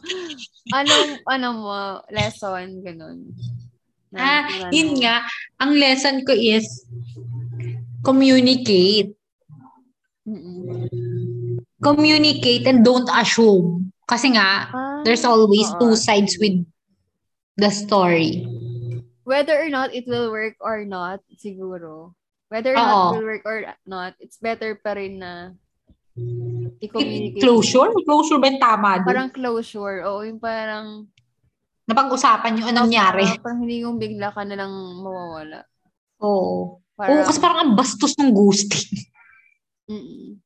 S1: Anong ano mo lesson ganun?
S2: Ah,
S1: ano,
S2: yun nga. Ang lesson ko is communicate.
S1: Mm-mm.
S2: Communicate and don't assume. Kasi nga,
S1: Ah,
S2: there's always
S1: oo.
S2: two sides with the story.
S1: whether or not it will work or not, siguro. Whether or not
S2: Oo.
S1: it will work or not, it's better pa rin na i-communicate.
S2: Closure? Closure ba yung tama doon?
S1: Parang closure. Oo, yung parang...
S2: Napag-usapan yung anong nangyari.
S1: Ah, parang hindi yung bigla ka na lang mawawala.
S2: Oo. Oo,
S1: Parang,
S2: kasi parang ang bastos ng ghosting.
S1: Mm-mm.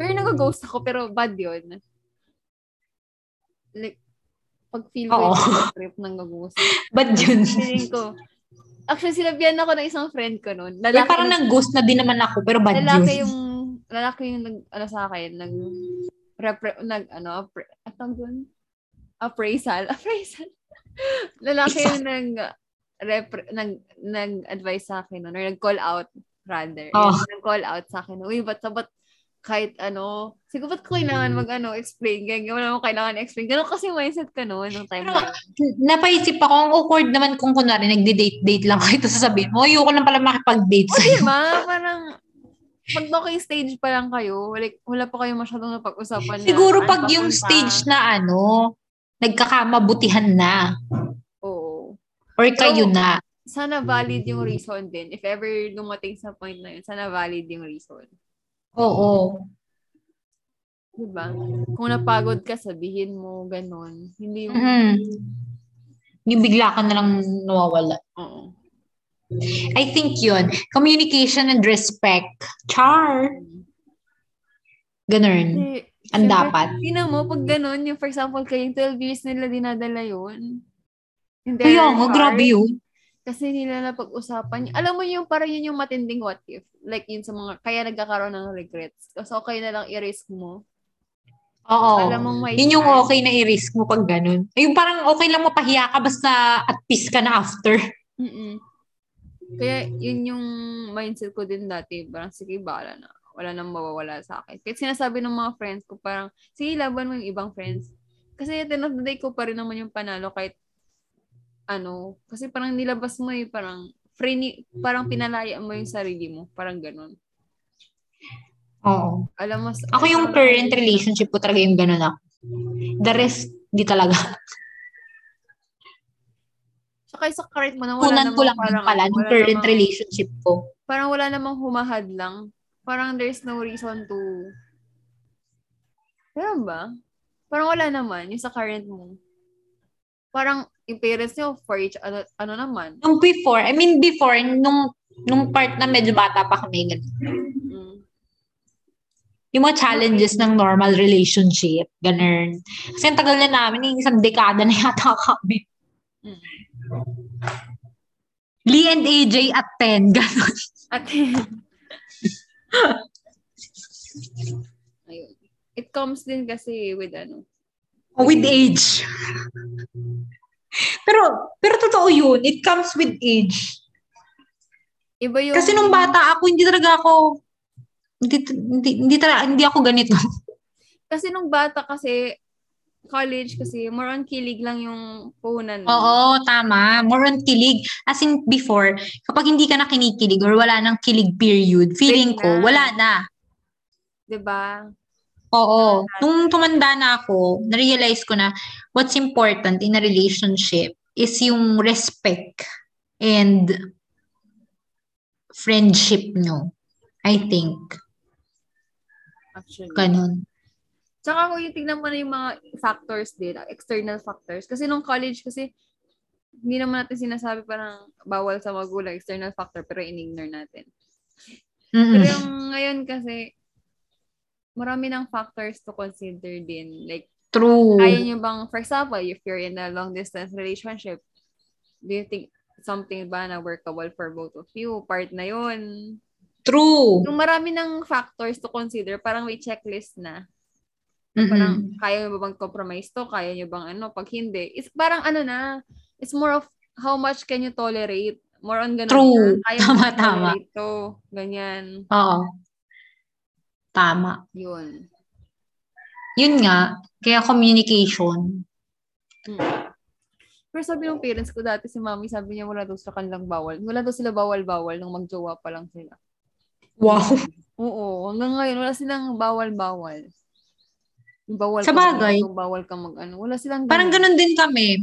S1: Pero nag-ghost ako, pero bad yun. Like, pag feel ko
S2: Oo.
S1: yung trip ng ghost
S2: Bad yun.
S1: Feeling ko. Actually, sinabihan ako ng isang friend ko noon.
S2: Well, parang nag-ghost na din naman ako, pero bad
S1: lalaki
S2: yun.
S1: yung lalaki yung nag ano sa akin nag repre, nag ano appra, at ang dun? appraisal appraisal lalaki yung nag repre, nag nag advise sa akin nun, or nag call out rather
S2: Oh.
S1: Yung nag call out sa akin uy ba't ba't kahit ano siguro ba't ko
S2: Mm.
S1: kailangan mag ano explain ganyan wala mo kailangan explain ganun kasi yung mindset ka noon nung time na yun.
S2: Napaisip ako, ang awkward naman kung kunwari nagde-date-date lang kayo, tapos sasabihin mo, ayoko lang pala makipag-date
S1: O,
S2: sa'yo.
S1: diba? Parang, pag talking stage pa lang kayo, like, wala pa kayo masyadong napag-usapan na. ano,
S2: Siguro
S1: saan
S2: pag yung
S1: papunta.
S2: stage na ano, nagkakamabutihan na
S1: Oo.
S2: or kayo na.
S1: Sana valid
S2: Mm.
S1: yung reason din. If ever dumating sa point na yun, sana valid yung reason.
S2: Oo.
S1: Diba? Kung napagod ka, sabihin mo, ganun. Hindi yung,
S2: Mm. Yung bigla ka na lang nawawala.
S1: oo.
S2: I think yun. Communication and respect. Char. Ganun.
S1: Kasi,
S2: Ang
S1: syempre,
S2: dapat.
S1: Tingnan mo, pag ganun, yung for example, kayong 12 years nila dinadala yun. In their
S2: Kaya nga,
S1: heart.
S2: oh, grabe yun.
S1: kasi nila na pag-usapan. Alam mo yung parang yun yung matinding what if. Like yun sa mga, kaya nagkakaroon ng regrets. Kasi okay na lang i-risk mo.
S2: Oo.
S1: Alam mong may
S2: Yun yung
S1: chance.
S2: okay na i-risk mo pag ganun. Yung parang okay lang mapahiya ka basta at peace ka na after.
S1: Mm-mm. Kaya yun yung mindset ko din dati. Parang sige, bahala na. Wala nang mawawala sa akin. Kahit sinasabi ng mga friends ko, parang sige, laban mo yung ibang friends. Kasi at the end of the day, ko pa rin naman yung panalo kahit ano. Kasi parang nilabas mo eh, parang free ni- parang pinalaya mo yung sarili mo. Parang ganun.
S2: Oo.
S1: Alam mo, s-
S2: Ako yung current relationship ko talaga yung ganun ako. The rest, di talaga.
S1: Tsaka sa current mo na wala
S2: Kunan
S1: namang
S2: ko lang din
S1: parang, ano,
S2: pala yung
S1: wala
S2: current
S1: namang-
S2: relationship ko.
S1: parang wala namang humahad lang. Parang there's no reason to... Meron ba? Parang wala naman, yung sa current mo. Parang yung parents nyo for each ano, ano naman.
S2: Nung before, I mean before, nung nung part na medyo bata pa kami, ganun.
S1: Mm.
S2: Yung mga challenges ng normal relationship, ganun. Kasi ang tagal na namin, yung isang dekada na yata kami.
S1: Mm.
S2: Lee and AJ at 10, ganun.
S1: At... Ayun. It comes din kasi with ano.
S2: Oh, With age. pero, pero totoo yun. It comes with age.
S1: Iba yung...
S2: Kasi nung bata ako, hindi talaga ako, hindi, hindi, hindi, talaga, hindi ako ganito.
S1: Kasi nung bata kasi, college kasi, more on kilig lang yung puhunan. mo.
S2: Oo, tama. More on kilig. As in before, kapag hindi ka na kinikilig or wala nang kilig period, feeling
S1: Wait
S2: ko,
S1: na.
S2: wala na.
S1: 'Di ba?
S2: Oo. Nung tumanda na ako, narealize ko na what's important in a relationship is yung respect and friendship nyo. I think.
S1: Actually.
S2: Ganun.
S1: Tsaka kung yung tignan mo na yung mga factors din, ah, external factors. Kasi nung college kasi, hindi naman natin sinasabi parang bawal sa magulang, external factor, pero in-ignore natin. Pero
S2: Mm-mm.
S1: yung ngayon kasi, marami ng factors to consider din. Like,
S2: True.
S1: kaya nyo bang, for example, if you're in a long-distance relationship, do you think something ba na workable for both of you? Part na yun.
S2: True.
S1: Yung marami ng factors to consider, parang may checklist na. Parang,
S2: Mm-mm.
S1: kaya nyo ba bang compromise to? Kaya nyo bang ano? Pag hindi, it's parang ano na, it's more of how much can you tolerate? More on ganun.
S2: True.
S1: na, Kaya mo
S2: Tama,
S1: ba tolerate to. Ganyan.
S2: Oo. Tama.
S1: Yun.
S2: Yun nga. Kaya communication.
S1: Mm. Pero sabi ng parents ko dati, si mami, sabi niya, wala daw sa kanilang bawal. Wala daw sila bawal-bawal nung magjowa pa lang sila.
S2: Wow.
S1: Oo. Hanggang ngayon, wala silang bawal-bawal. Yung Bawal
S2: Sa
S1: ka mag-
S2: bagay.
S1: yung Bawal ka mag ano. Wala silang
S2: Parang ganun din kami.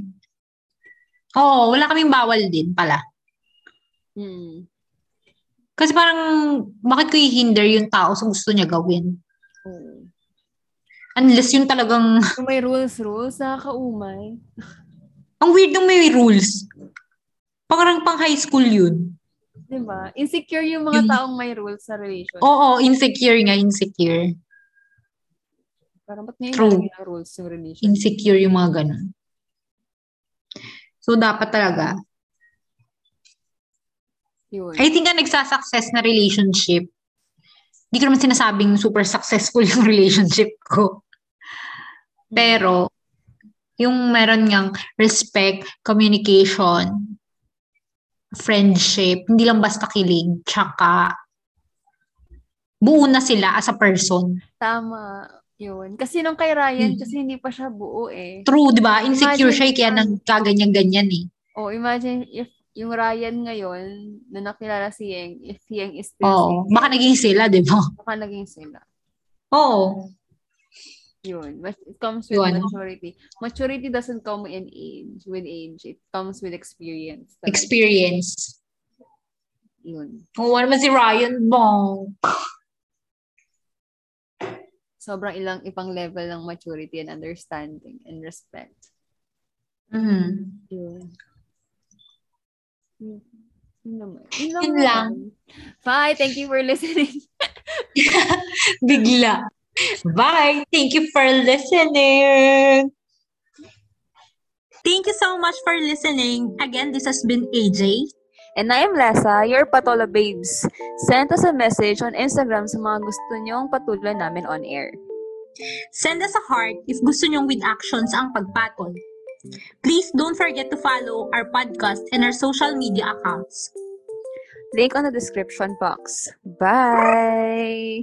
S2: Oo, wala kaming bawal din pala.
S1: Mm.
S2: Kasi parang, bakit ko i-hinder yung tao sa gusto niya gawin?
S1: Oo.
S2: Unless yung talagang,
S1: Yung may rules-rules, nakakaumay.
S2: ang weird ng may rules. Parang pang high school yun.
S1: Diba? Insecure yung mga
S2: Yun-
S1: taong may rules sa relation.
S2: Oo, insecure nga, insecure.
S1: Parang ba't ngayon
S2: True.
S1: nilagay ng rules yung relation?
S2: Insecure yung mga ganun. So, dapat talaga.
S1: Yun.
S2: I think ang nagsasuccess na relationship, hindi ko naman sinasabing super successful yung relationship ko. Pero, yung meron ngang respect, communication, friendship, hindi lang basta kilig, tsaka buo na sila as a person.
S1: Tama. Yun. Kasi nung kay Ryan,
S2: Hmm.
S1: kasi hindi pa siya buo eh.
S2: True, di ba? Insecure siya, eh, kaya
S1: Imagine-
S2: nang kaganyan-ganyan eh.
S1: Oh, imagine if yung Ryan ngayon, na nakilala si Yeng, if Yeng is still
S2: Oo.
S1: single,
S2: Baka naging sila, di ba?
S1: baka naging sila.
S2: Oo.
S1: Yun. Mas- It comes with
S2: Yun.
S1: maturity. Maturity doesn't come in age, with age. It comes with experience. talaga.
S2: Experience.
S1: Yun.
S2: Oo naman si Ryan Bong.
S1: Sobrang ilang ipang level ng maturity and understanding and respect.
S2: Mhm.
S1: Yun. Yun yun naman. Yun
S2: Yun
S1: lang. Bye. Thank you for listening.
S2: Bigla. Bye. Thank you for listening. Thank you so much for listening. Again, this has been AJ.
S1: And I am Lessa, your Patola Babes. Send us a message on Instagram sa mga gusto nyong patulan namin on air.
S2: Send us a heart if gusto nyong with actions ang pagpatol. Please don't forget to follow our podcast and our social media accounts.
S1: Link on the description box. Bye!